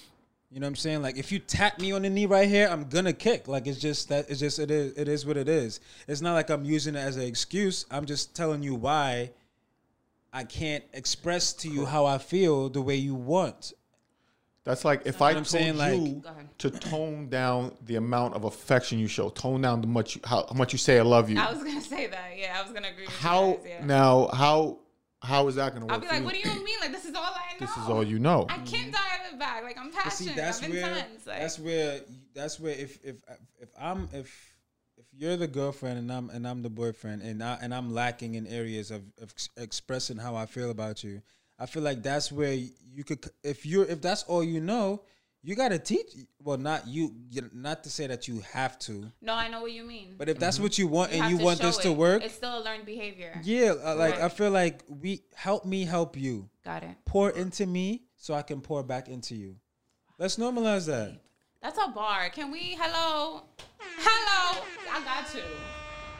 You know what I'm saying? Like if you tap me on the knee right here, I'm gonna kick. Like it's just that it's just it is it is what it is. It's not like I'm using it as an excuse. I'm just telling you why I can't express to you how I feel the way you want. That's like if I I'm told saying, like- you Go ahead. to tone down the amount of affection you show, tone down the much how, how much you say I love you. I was gonna say that. Yeah, I was gonna agree. With You how guys, yeah. now? How how is that going to work? I'll be for like, what do you mean? Like, this is all I know. This is all you know. I can't dial it back. Like, I'm But see, passionate. that's I'm where intense. Like, that's where that's where if if if I'm if if you're the girlfriend and I'm and I'm the boyfriend and I and I'm lacking in areas of, of ex- expressing how I feel about you, I feel like that's where you could if you're if that's all you know, you got to teach. Well, not you, you- not to say that you have to, no, I know what you mean. but if that's what you want and Mm-hmm. have you to want show this to it. work, it's still a learned behavior. yeah, uh, like I Right. feel like we help me help you Got it. pour into me so I can pour back into you. Let's normalize that. That's a bar. Can we? Hello, hello. I got you.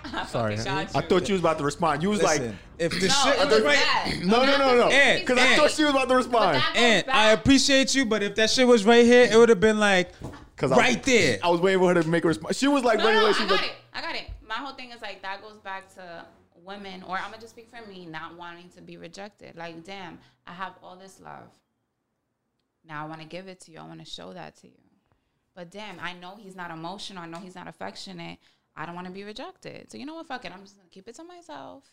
I Sorry, fucking got I you. thought you was about to respond. You was Listen, like, if the No, shit, it was that. no, no, no, no, And- because I and- thought she was about to But respond. that goes and back- I appreciate you, but if that shit was right here, it would have been like 'Cause I- right there. I was waiting for her to make a response. She was like, No, waiting no, wait, I wait. She was got like, it. I got it. My whole thing is like that goes back to women, or I'm gonna just speak for me, not wanting to be rejected. Like, damn, I have all this love. Now I want to give it to you. I want to show that to you. But damn, I know he's not emotional. I know he's not affectionate. I don't want to be rejected. So you know what? Fuck it. I'm just gonna keep it to myself.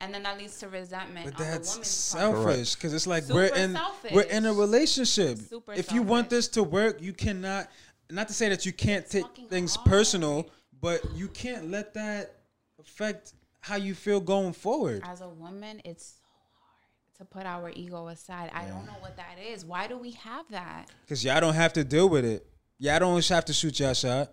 And then that leads to resentment. But on the that's woman's part. selfish because it's like Super we're in selfish. we're in a relationship. Super if you want selfish. this to work, you cannot. Not to say that you can't take fucking things hard. personal, but you can't let that affect how you feel going forward. as a woman, it's so hard to put our ego aside. I don't know what that is. Why do we have that? Because y'all don't have to deal with it. Y'all don't just have to shoot y'all shot.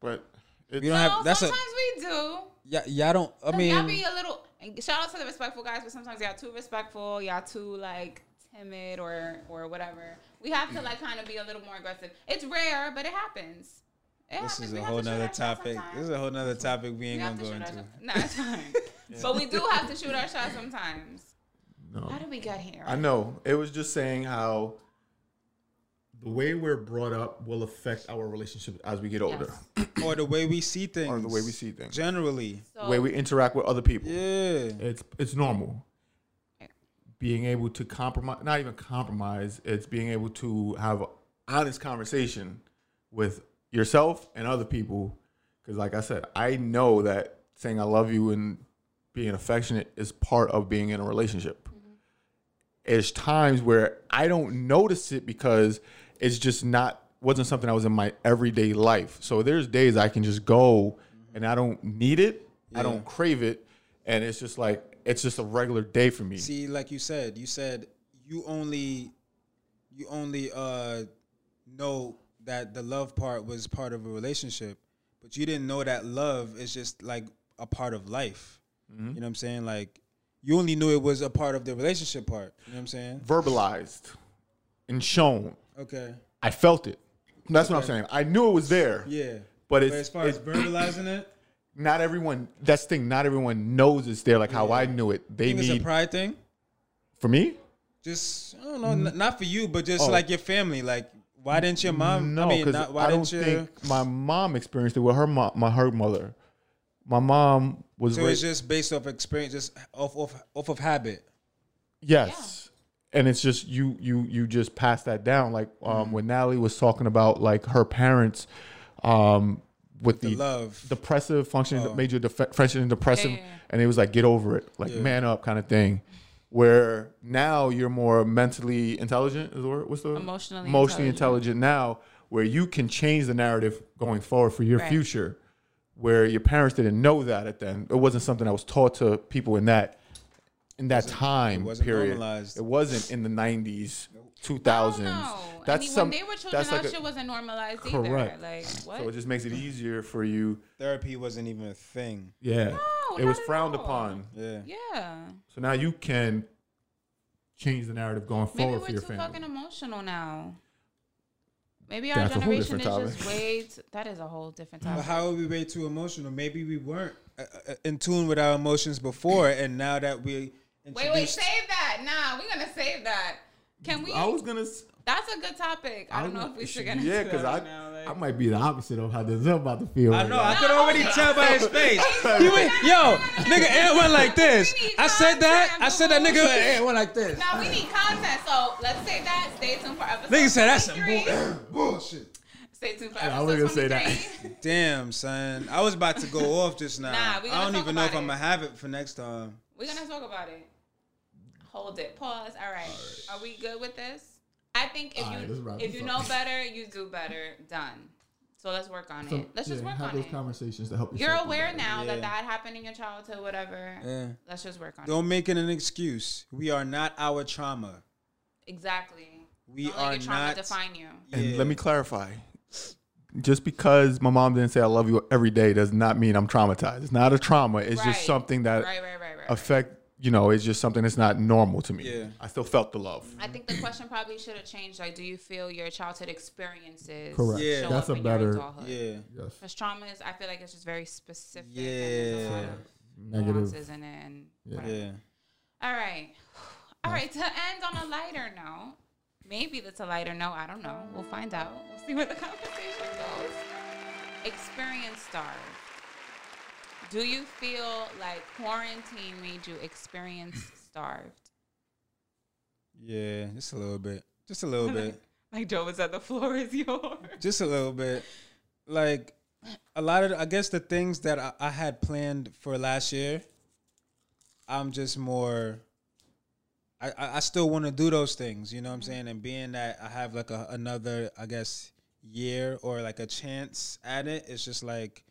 But You don't No, have. That's a. sometimes we do. Y'all, y'all don't. I Some- y'all mean, be a little. and Shout out to the respectful guys, but sometimes y'all too respectful. Y'all too like timid or or whatever. We have to like kind of be a little more aggressive. It's rare, but it happens. It this happens. is We a have whole to shoot nother our shot topic. sometimes. This is a whole nother topic we We ain't have gonna to go into. shoot our shot. No, it's fine. But we do have to shoot our shot sometimes. No. How did we get here? I know. It was just saying how the way we're brought up will affect our relationship as we get older. Or the way we see things. Or the way we see things. Generally. So, The way we interact with other people. Yeah. It's it's normal. Yeah. Being able to compromise, not even compromise, it's being able to have an honest conversation with yourself and other people. Because, like I said, I know that saying I love you and being affectionate is part of being in a relationship. There's times where I don't notice it because it's just not wasn't something that was in my everyday life. So there's days I can just go and I don't need it, I don't crave it, and it's just like it's just a regular day for me. See, like you said, you said you only you only uh know that the love part was part of a relationship, but you didn't know that love is just like a part of life. Mm-hmm. You know what I'm saying? Like you only knew it was a part of the relationship part. You know what I'm saying? Verbalized and shown. Okay. I felt it. That's what I'm saying. I knew it was there. Yeah. But But as it's, far as it's- verbalizing it, not everyone. That's the thing. Not everyone knows it's there. Like how I knew it. I They think it's a need pride thing. for me. Just I don't know, n- not for you, but just Oh. like your family. Like why didn't your mom? No, Um, I mean, because I, not, why don't didn't your? think my mom experienced it with her mom, my her mother. My mom was So raised. it's just based off experience, just off off off of habit. yes, and it's just you you you just pass that down. Like Mm. um, when Natalie was talking about like her parents, um, with the, The love. depressive Oh. functioning, major def- functioning depressive, and it was like get over it, like man up kind of thing. Where now you're more mentally intelligent is the word. What's the word? Emotionally emotionally intelligent. now, where you can change the narrative going forward for your Right. future. Where your parents didn't know that at then, it wasn't something that was taught to people in that in that time wasn't period. normalized. It wasn't in the '90s, I 2000s. don't know. I mean, some- when they were children, that's that like a- shit wasn't normalized Correct. either. Like what? so it just makes it easier for you. Therapy wasn't even a thing. Yeah, No, it was not at frowned all. upon. Yeah. yeah. So now you can change the narrative going Maybe forward we're for too your family. fucking emotional now. Maybe our That's a whole generation is different just way too, that is a whole different But topic. how are we way too emotional? Maybe we weren't uh, uh, in tune with our emotions before, and now that we wait, wait, introduced, save that. Nah, we're gonna save that. Can we? I was gonna. s- that's a good topic. I don't know if we should gonna. Yeah, do because that I, right now, like- I might be the opposite of how this is about to feel. I right know now. I could already tell by his face. He went, yo, nigga, and went like this. I said that. I said that nigga and went like this. Now we need content, so let's say that. Stay tuned for episode. Nigga said that's some 23. bull. Bullshit. Stay tuned for I episode. was going gonna say that. Damn, son. I was about to go off just now. Nah, we gonna I don't talk even know if about I'm it. gonna have it for next time. We're gonna talk about it. Hold it. Pause. All right. Are we good with this? I think if All right, let's you wrap if this you up. know better, you do better. Done. So let's work on So, it. Let's just yeah, work have on those it. conversations to help you. You're aware now Yeah. that that happened in your childhood, whatever. Yeah. Let's just work on it. Don't make it an excuse. We are not our trauma. Exactly. We Don't are let your trauma not- define you. And Yeah. let me clarify. Just because my mom didn't say I love you every day does not mean I'm traumatized. It's not a trauma. It's Right. just something that Right, right, right, right. right. affect. You know, it's just something that's not normal to me. Yeah. I still felt the love. I think the question probably should have changed. Like, do you feel your childhood experiences? Correct. Yeah. Show That's up a in your better- adulthood? Yeah. Yes. Because trauma is, I feel like it's just very specific. Yeah. And there's a lot of nuances in it. And whatever. Yeah. All right. All right. To end on a lighter note, maybe that's a lighter note. I don't know. We'll find out. We'll see where the conversation goes. Experience star. Do you feel like quarantine made you experience starved? Yeah, just a little bit. Just a little bit. Like Joe was at the floor is yours. Just a little bit. Like a lot of, the- I guess the things that I, I had planned for last year, I'm just more. I, I I still want to do those things, you know what I'm saying? And being that I have like a, another, I guess, year or like a chance at it, it's just like,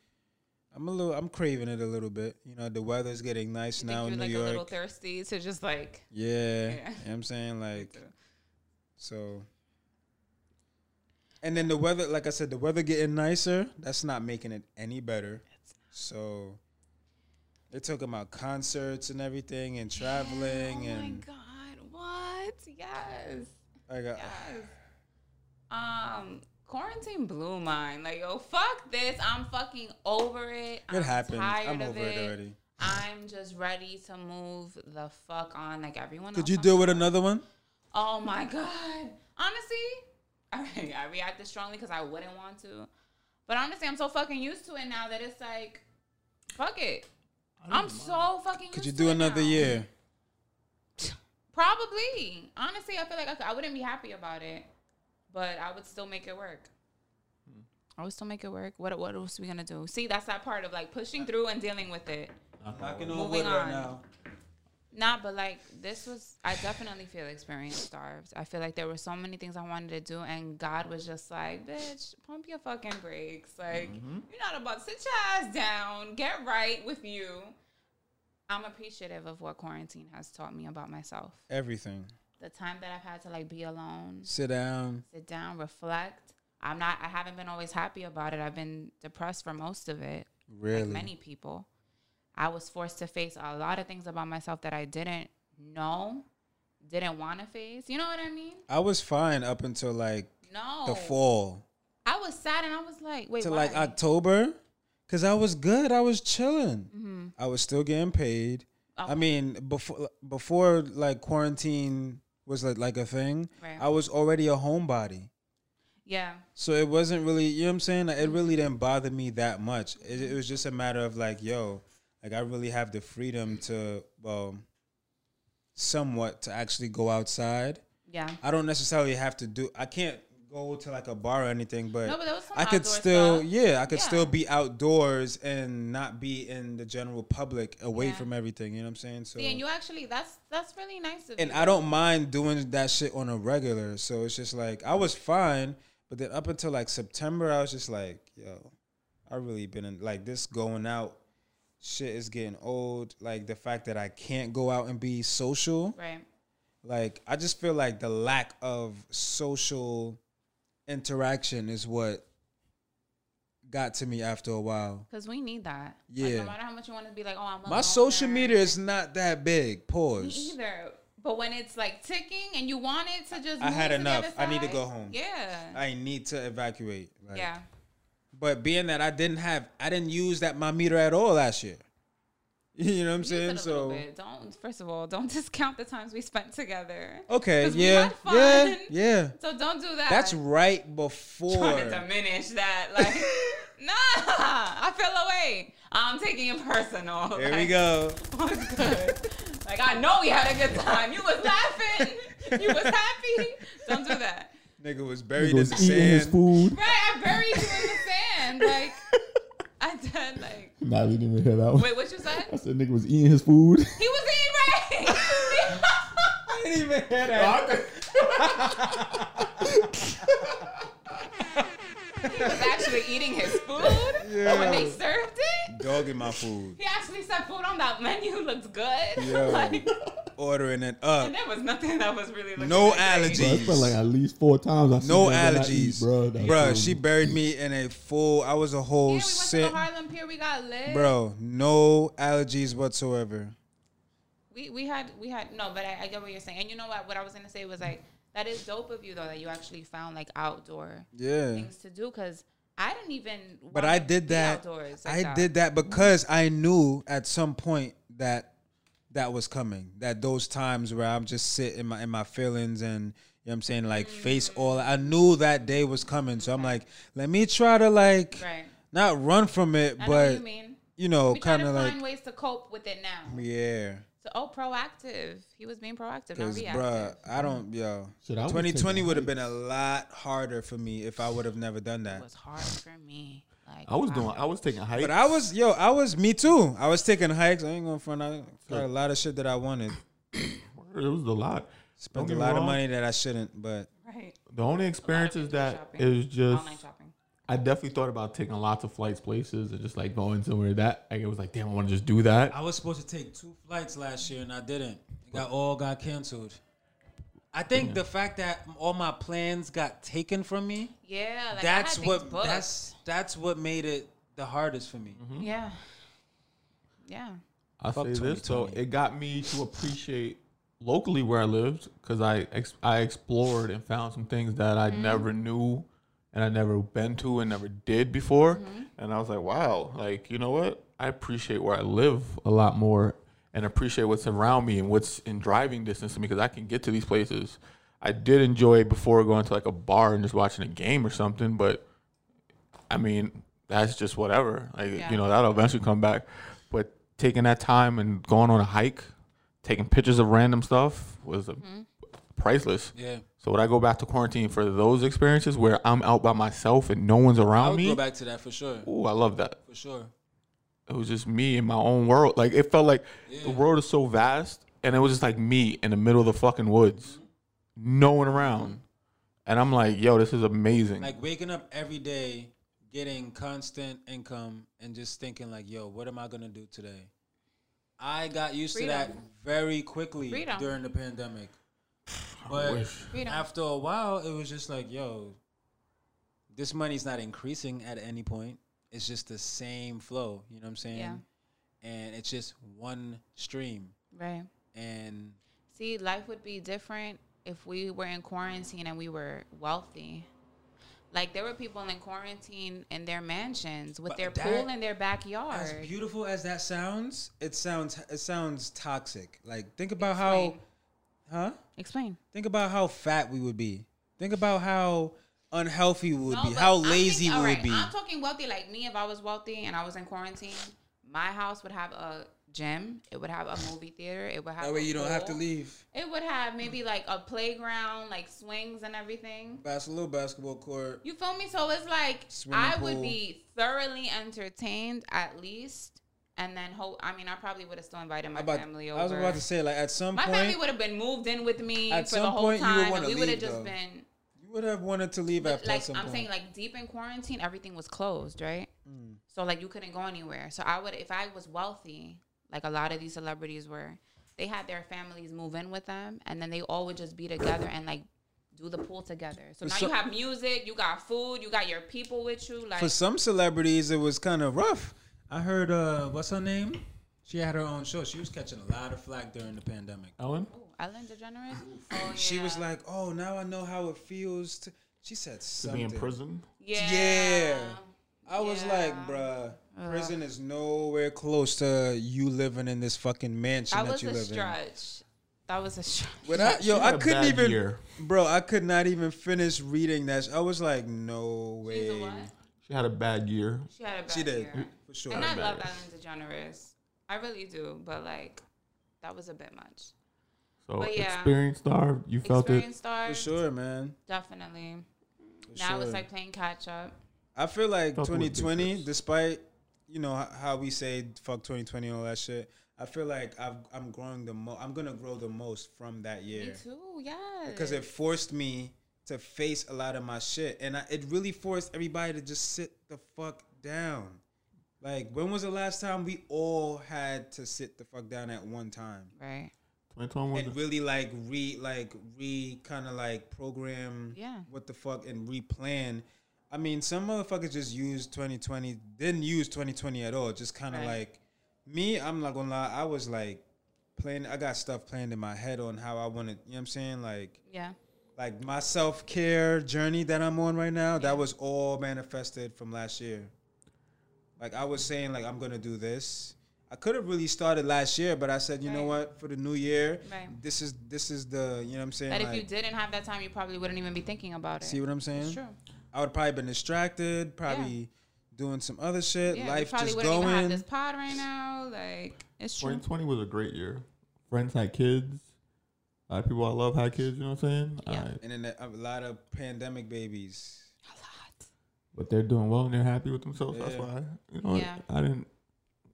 I'm a little. I'm craving it a little bit. You know, the weather's getting nice You now think you're in like New a York. little thirsty to just like Yeah. Yeah. You know what I'm saying? Like, so. And then the weather, like I said, the weather getting nicer. That's not making it any better. So they're talking about concerts and everything and traveling Oh my and uh, god, what? Yes. I got Yes. Um, quarantine blew mine. Like, yo, fuck this. I'm fucking over it. I'm it happened. Tired I'm of over it, already. I'm just ready to move the fuck on, like everyone. Could else you I'm deal with sorry. another one? Oh my god. Honestly, all right, I reacted strongly because I wouldn't want to, but honestly, I'm so fucking used to it now that it's like, fuck it. I'm so fucking. Could used you to do it another now. year? Probably. Honestly, I feel like I, could- I wouldn't be happy about it, but I would still make it work. I would still make it work. What what else we gonna do? See, that's that part of like pushing through and dealing with it. Knocking on Moving wood right on. now. Nah, but like this was, I definitely feel experience starved. I feel like there were so many things I wanted to do, and God was just like, "Bitch, pump your fucking brakes. Like, you're not about to sit your ass down. Get right with you." I'm appreciative of what quarantine has taught me about myself. Everything. The time that I've had to like be alone, Sit down. sit down, reflect. I'm not. I haven't been always happy about it. I've been depressed for most of it Really. like many people. I was forced to face a lot of things about myself that I didn't know, didn't want to face. You know what I mean? I was fine up until like No. the fall. I was sad and I was like, wait, to why? like October because I was good. I was chilling. I was still getting paid. I Mm-hmm. Okay. mean, before before like quarantine was like like a thing, Right. I was already a homebody. yeah. So it wasn't really, you know what I'm saying? Like, it Mm-hmm. really didn't bother me that much. It, it was just a matter of like, yo, like I really have the freedom to, well, somewhat to actually go outside. Yeah. I don't necessarily have to do. I can't go to like a bar or anything, but, No, but there was some I could outdoor still, stuff. yeah, I could Yeah. still be outdoors and not be in the general public, away Yeah. from everything. You know what I'm saying? So, See, and you actually, that's that's really nice of and you. I don't mind doing that shit on a regular. So it's just like I was fine, but then up until like September, I was just like, yo, I really been in like this going out. Shit is getting old. Like the fact that I can't go out and be social right. like i just feel like the lack of social interaction is what got to me after a while Because we need that. Like, Yeah. no matter how much you want to be like, oh, I'm a my social loner. media is not that big Me pause either. But when it's like ticking and you want it to just. I had move to the enough. other I need to side, go home. Yeah. i need to evacuate like- yeah. but being that i didn't have i didn't use that my meter at all last year you know what i'm Use it saying a so little bit. don't first of all don't discount the times we spent together okay 'Cause we yeah had fun. yeah yeah so don't do that Oh. that's right trying to before diminish that like nah i feel away i'm taking it personal here we Like, go what's good? like i know you had a good time you was laughing you was happy don't do that nigga was buried in the sand food. right i buried you in the sand like i did like Nah, we didn't even hear that one. wait what you said I said nigga was eating his food. he was eating right I didn't even hear that. he was actually eating his food when they served it. Dog in my food. He actually said food on that menu looked good. Yo. like, Ordering it up. and there was nothing that was really looking No that great. allergies. I spent like at least four times. I seen No her when I eat, allergies. bruh. That's Bruh, crazy. she buried me in a full I was a Yeah, whole we went to set. the Harlem Pier. We got lit. Bro, no allergies whatsoever. We we had we had no, but I, I get what you're saying. And you know what? What I was gonna say was like that is dope of you though that you actually found like outdoor Yeah. things to do because I didn't even. But wanna I did be that. Outdoors like I did that because I knew at some point that that was coming. That those times where I'm just sit in my in my feelings and you know what I'm saying like face Mm-hmm. all I knew that day was coming. So I'm like, let me try to like Right. not run from it, I know but what you mean. you know, We try kind to of like find ways to cope with it now. yeah. So oh, proactive. He was being proactive, not Cause reactive. bruh, I don't yo. Shit, I was Twenty twenty taking would have been a lot harder for me if I would have never done that. was hard for me. Like I was doing. I was taking height. But I was yo, I was me too. I was taking hikes. I ain't gonna front. I got a lot of shit that I wanted. It was a lot. Don't Spent a get me lot of wrong. money that I shouldn't. But right. The only experience of is people that shopping. is just Online shopping. I definitely thought about taking lots of flights, places, and just like going somewhere that I was like, damn, I want to just do that. I was supposed to take two flights last year and I didn't. It got all got canceled. I think the fact that all my plans got taken from me, Yeah, like that's I had things what booked. that's that's what made it the hardest for me. Hmm? yeah, yeah. I'll Fuck say this, so 2020. it got me to appreciate locally where I lived because I ex- I explored and found some things that I never knew and I never been to and never did before, and I was like, wow, like you know what? I appreciate where I live a lot more and appreciate what's around me and what's in driving distance to me because I can get to these places. I did enjoy before going to like a bar and just watching a game or something, but I mean, that's just whatever. Like, Yeah. you know, that'll eventually come back. But taking that time and going on a hike, taking pictures of random stuff was uh, priceless. Yeah. So would I go back to quarantine for those experiences where I'm out by myself and no one's I around would me? go back to that for sure. Ooh, I love that. For sure. It was just me in my own world. Like it felt like the world is so vast, and it was just like me in the middle of the fucking woods, no one around, and I'm like, yo, this is amazing. Like waking up every day, getting constant income, and just thinking like, "Yo, what am I gonna do today?" I got used to that very quickly Freedom. during the pandemic, but Freedom. after a while, it was just like, "Yo, this money's not increasing at any point. It's just the same flow." You know what I'm saying? Yeah. And it's just one stream, Right. and See, life would be different if we were in quarantine and we were wealthy. Like there were people in quarantine in their mansions with But their that- pool in their As backyard. beautiful as that sounds, it sounds it sounds toxic. Like think about Explain. how, huh? Explain. Think about how fat we would be. Think about how unhealthy we would No, be. but How I'm lazy thinking- we alright, would be. I'm talking wealthy. Like me, if I was wealthy and I was in quarantine, my house would have a gym. It would have a movie theater. It would have. That way a you don't have to pool. leave. It would have maybe like a playground, like swings and everything. Bas- little basketball court. You feel me? So it's like Swimming I would pool. be thoroughly entertained at least, and then hope. I mean, I probably would have still invited my I about- family over. I was about to say, like at some my family point, would have been moved in with me At for the some whole point, you would time, wanna and we would leave, have just though. been you would have wanted to leave after like some I'm point. Mm. saying, like deep in quarantine, everything was closed, right? So like you couldn't go anywhere. So I would, if I was wealthy, like a lot of these celebrities were, they had their families move in with them, and then they all would just be together and like do the pool together. For So now so- you have music, you got food, you got your people with you. Like For some celebrities, it was kind of rough. I heard, uh, what's her name? She had her own show. She was catching a lot of flack during the pandemic. Ellen, Ooh, Ellen DeGeneres. Oh, She was yeah. like, "Oh, now I know how it feels." To, she said to something. be in prison. yeah, Yeah. I was Yeah. like, "Bruh, prison is nowhere close to you living in this fucking mansion That that, was you a live in." stretch. That was a stretch. When I, yo, I had a couldn't bad even, year. bro, I could not even finish reading that. I was like, "No She's a way." what? She had a bad year. She had a bad She did year. for sure. And I love matters. Ellen DeGeneres. I really do, but like, that was a bit much. So But yeah. experience starved. You felt Experience it. star, For sure, man. definitely. For Now it's sure. like playing catch up. I feel like Fuck with 2020, difference. despite you know h- how we say fuck 2020 and all that shit, I feel like I've, I'm growing the mo. I'm gonna grow the most from that year. Me too, yeah. because it forced me to face a lot of my shit, and I, it really forced everybody to just sit the fuck down. Like, when was the last time we all had to sit the fuck down at one time right. 2021 was and really like re like re kind of like program Yeah. what the fuck and replan? I mean, some motherfuckers just used 2020, didn't use 2020 at all. Just kind of Right. like me. I'm not gonna lie, I was like playing. I got stuff planned in my head on how I wanted. You know what I'm saying? Like Yeah. like my self care journey that I'm on right now, that was all manifested from last year. Like I was saying, like I'm gonna do this. I could have really started last year, but I said, you know Right. what, for the new year, Right. this is this is the you know what I'm saying. That if like, you didn't have that time, you probably wouldn't even be thinking about it. see what I'm saying? It's true. I would probably been distracted, probably doing some other shit. Yeah, Life we probably just wouldn't even have going. this pod right now. Like, it's true. 2020 was a great year. Friends had kids. A lot of people I love had kids. You know what I'm saying? Yeah. I- And then a a lot of pandemic babies. A lot. but they're doing well and they're happy with themselves. That's Yeah. why you know Yeah. I didn't.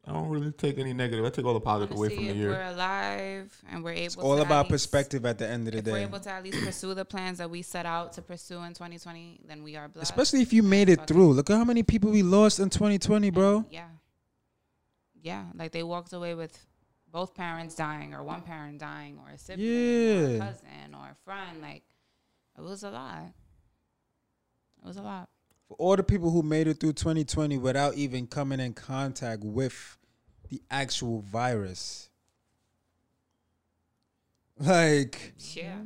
I don't really take any negative. I take all the positive away see from the if year. we're alive and we're able. It's all about perspective at the end of the If we're day. able to at least pursue the plans that we set out to pursue in 2020, then we are blessed. Especially if you made it through. Look at how many people we lost in 2020, bro. yeah, yeah, like they walked away with both parents dying, or one parent dying, or a sibling, or a Yeah. cousin, or a friend. Like it was a lot. It was a lot. For all the people who made it through 2020 without even coming in contact with the actual virus. Like, Yeah.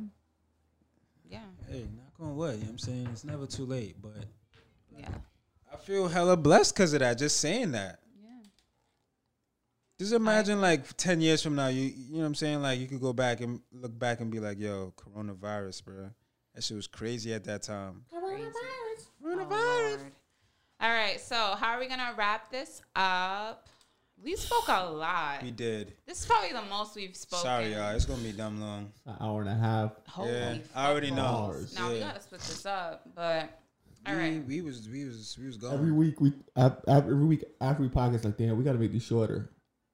Yeah. Hey, knock on wood. You know what I'm saying? It's never too late, but Yeah. I feel hella blessed because of that. Just saying that. Yeah. Just imagine like ten years from now, you you know what I'm saying? Like you could go back and look back and be like, yo, coronavirus, bro. That shit was crazy at that time. Coronavirus. All right, so how are we gonna wrap this up? We spoke a lot. We did. This is probably the most we've spoken. Sorry, y'all. It's gonna be dumb long. An hour and a half. Holy Yeah, I already know. fuckballs. Now we Yeah. gotta split this up, but all We, right, we was we was we was Every going. week we I, I- every week after we podcast like damn we got to make these shorter.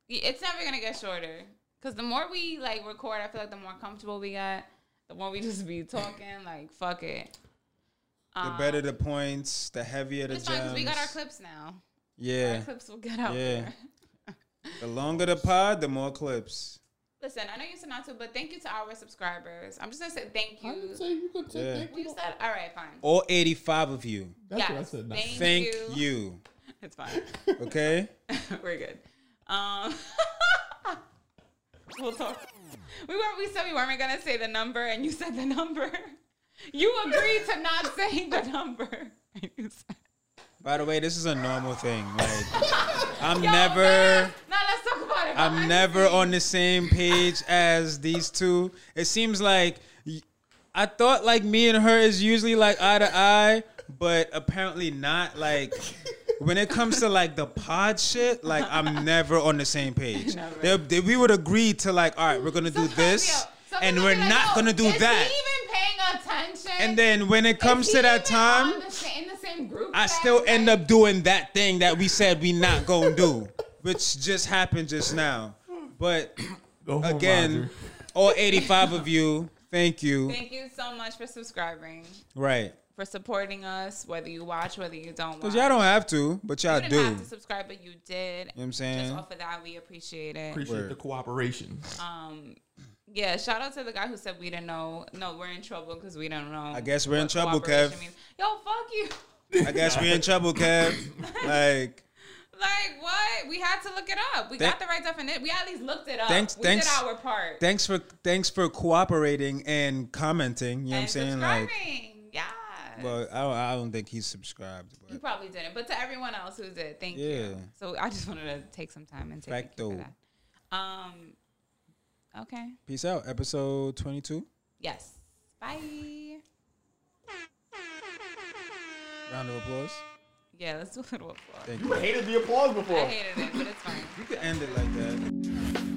Yeah, it's never gonna get shorter. Cause the more we like record, I feel like the more comfortable we got. The more we just be talking, like fuck it. Um, The better the points, the heavier the Uh, It's fine because gems. we got our clips now. Our Yeah, clips will get out Yeah. there. the longer the pod, the more clips. Listen, I know you said not to, but thank you to our subscribers. I'm just gonna say thank you. you could take Yeah. We said, all right, fine. All 85 of you. That's yes, what I said. Thank, Thank you. you. It's fine. Okay. We're good. Um, we'll talk. We weren't. We said we weren't gonna say the number, and you said the number. You agreed to not say the number. You said- By the way, this is a normal thing. Like, I'm Yo, never. nah, nah, let's talk about it. I'm Behind never the on the same page as these two. It seems like y- I thought like me and her is usually like eye to eye, but apparently not. Like when it comes to like the pod shit, like I'm never on the same page. Never. They- they- we would agree to like, all right, we're gonna do scenes. this, Sometimes, yo, and sometimes we're I'm like, not yo, gonna do is that. He even paying attention. And then when it Is comes he to that even on time, the sa- in the same group, I chat? still end Like, up doing that thing that we said we not gonna do, which just happened just now. But Go home, again, Roger. all 85 of you, thank you. Thank you so much for subscribing, right. for supporting us, whether you watch, whether you don't watch. Because y'all don't have to, but y'all do. you didn't have to subscribe, but you did. You know what I'm Just saying? off of that, we appreciate it. appreciate Word. the cooperation. Um, yeah, shout out to the guy who said we didn't know. No, we're in trouble because we don't know. I guess we're in what trouble, cooperation Kev. means. Yo, fuck you. I guess we're in trouble, Kev. Like, Like what? We had to look it up. We Thank- got the right definition. We at least looked it up. Thanks- we thanks- did our part. thanks for thanks for cooperating and commenting. You know what I'm and saying? Like, subscribing. yeah. well, I don't, I don't think he's subscribed, you but probably didn't, but to everyone else who did, thank Yeah. you. So I just wanted to take some time and say thank you for Facto. that. Um. Okay. peace out. Episode 22. Yes. Bye. Round of applause. Yeah, let's do a little applause. Thank you. hated the applause I before. hated it, but it's fine. You can end it like that.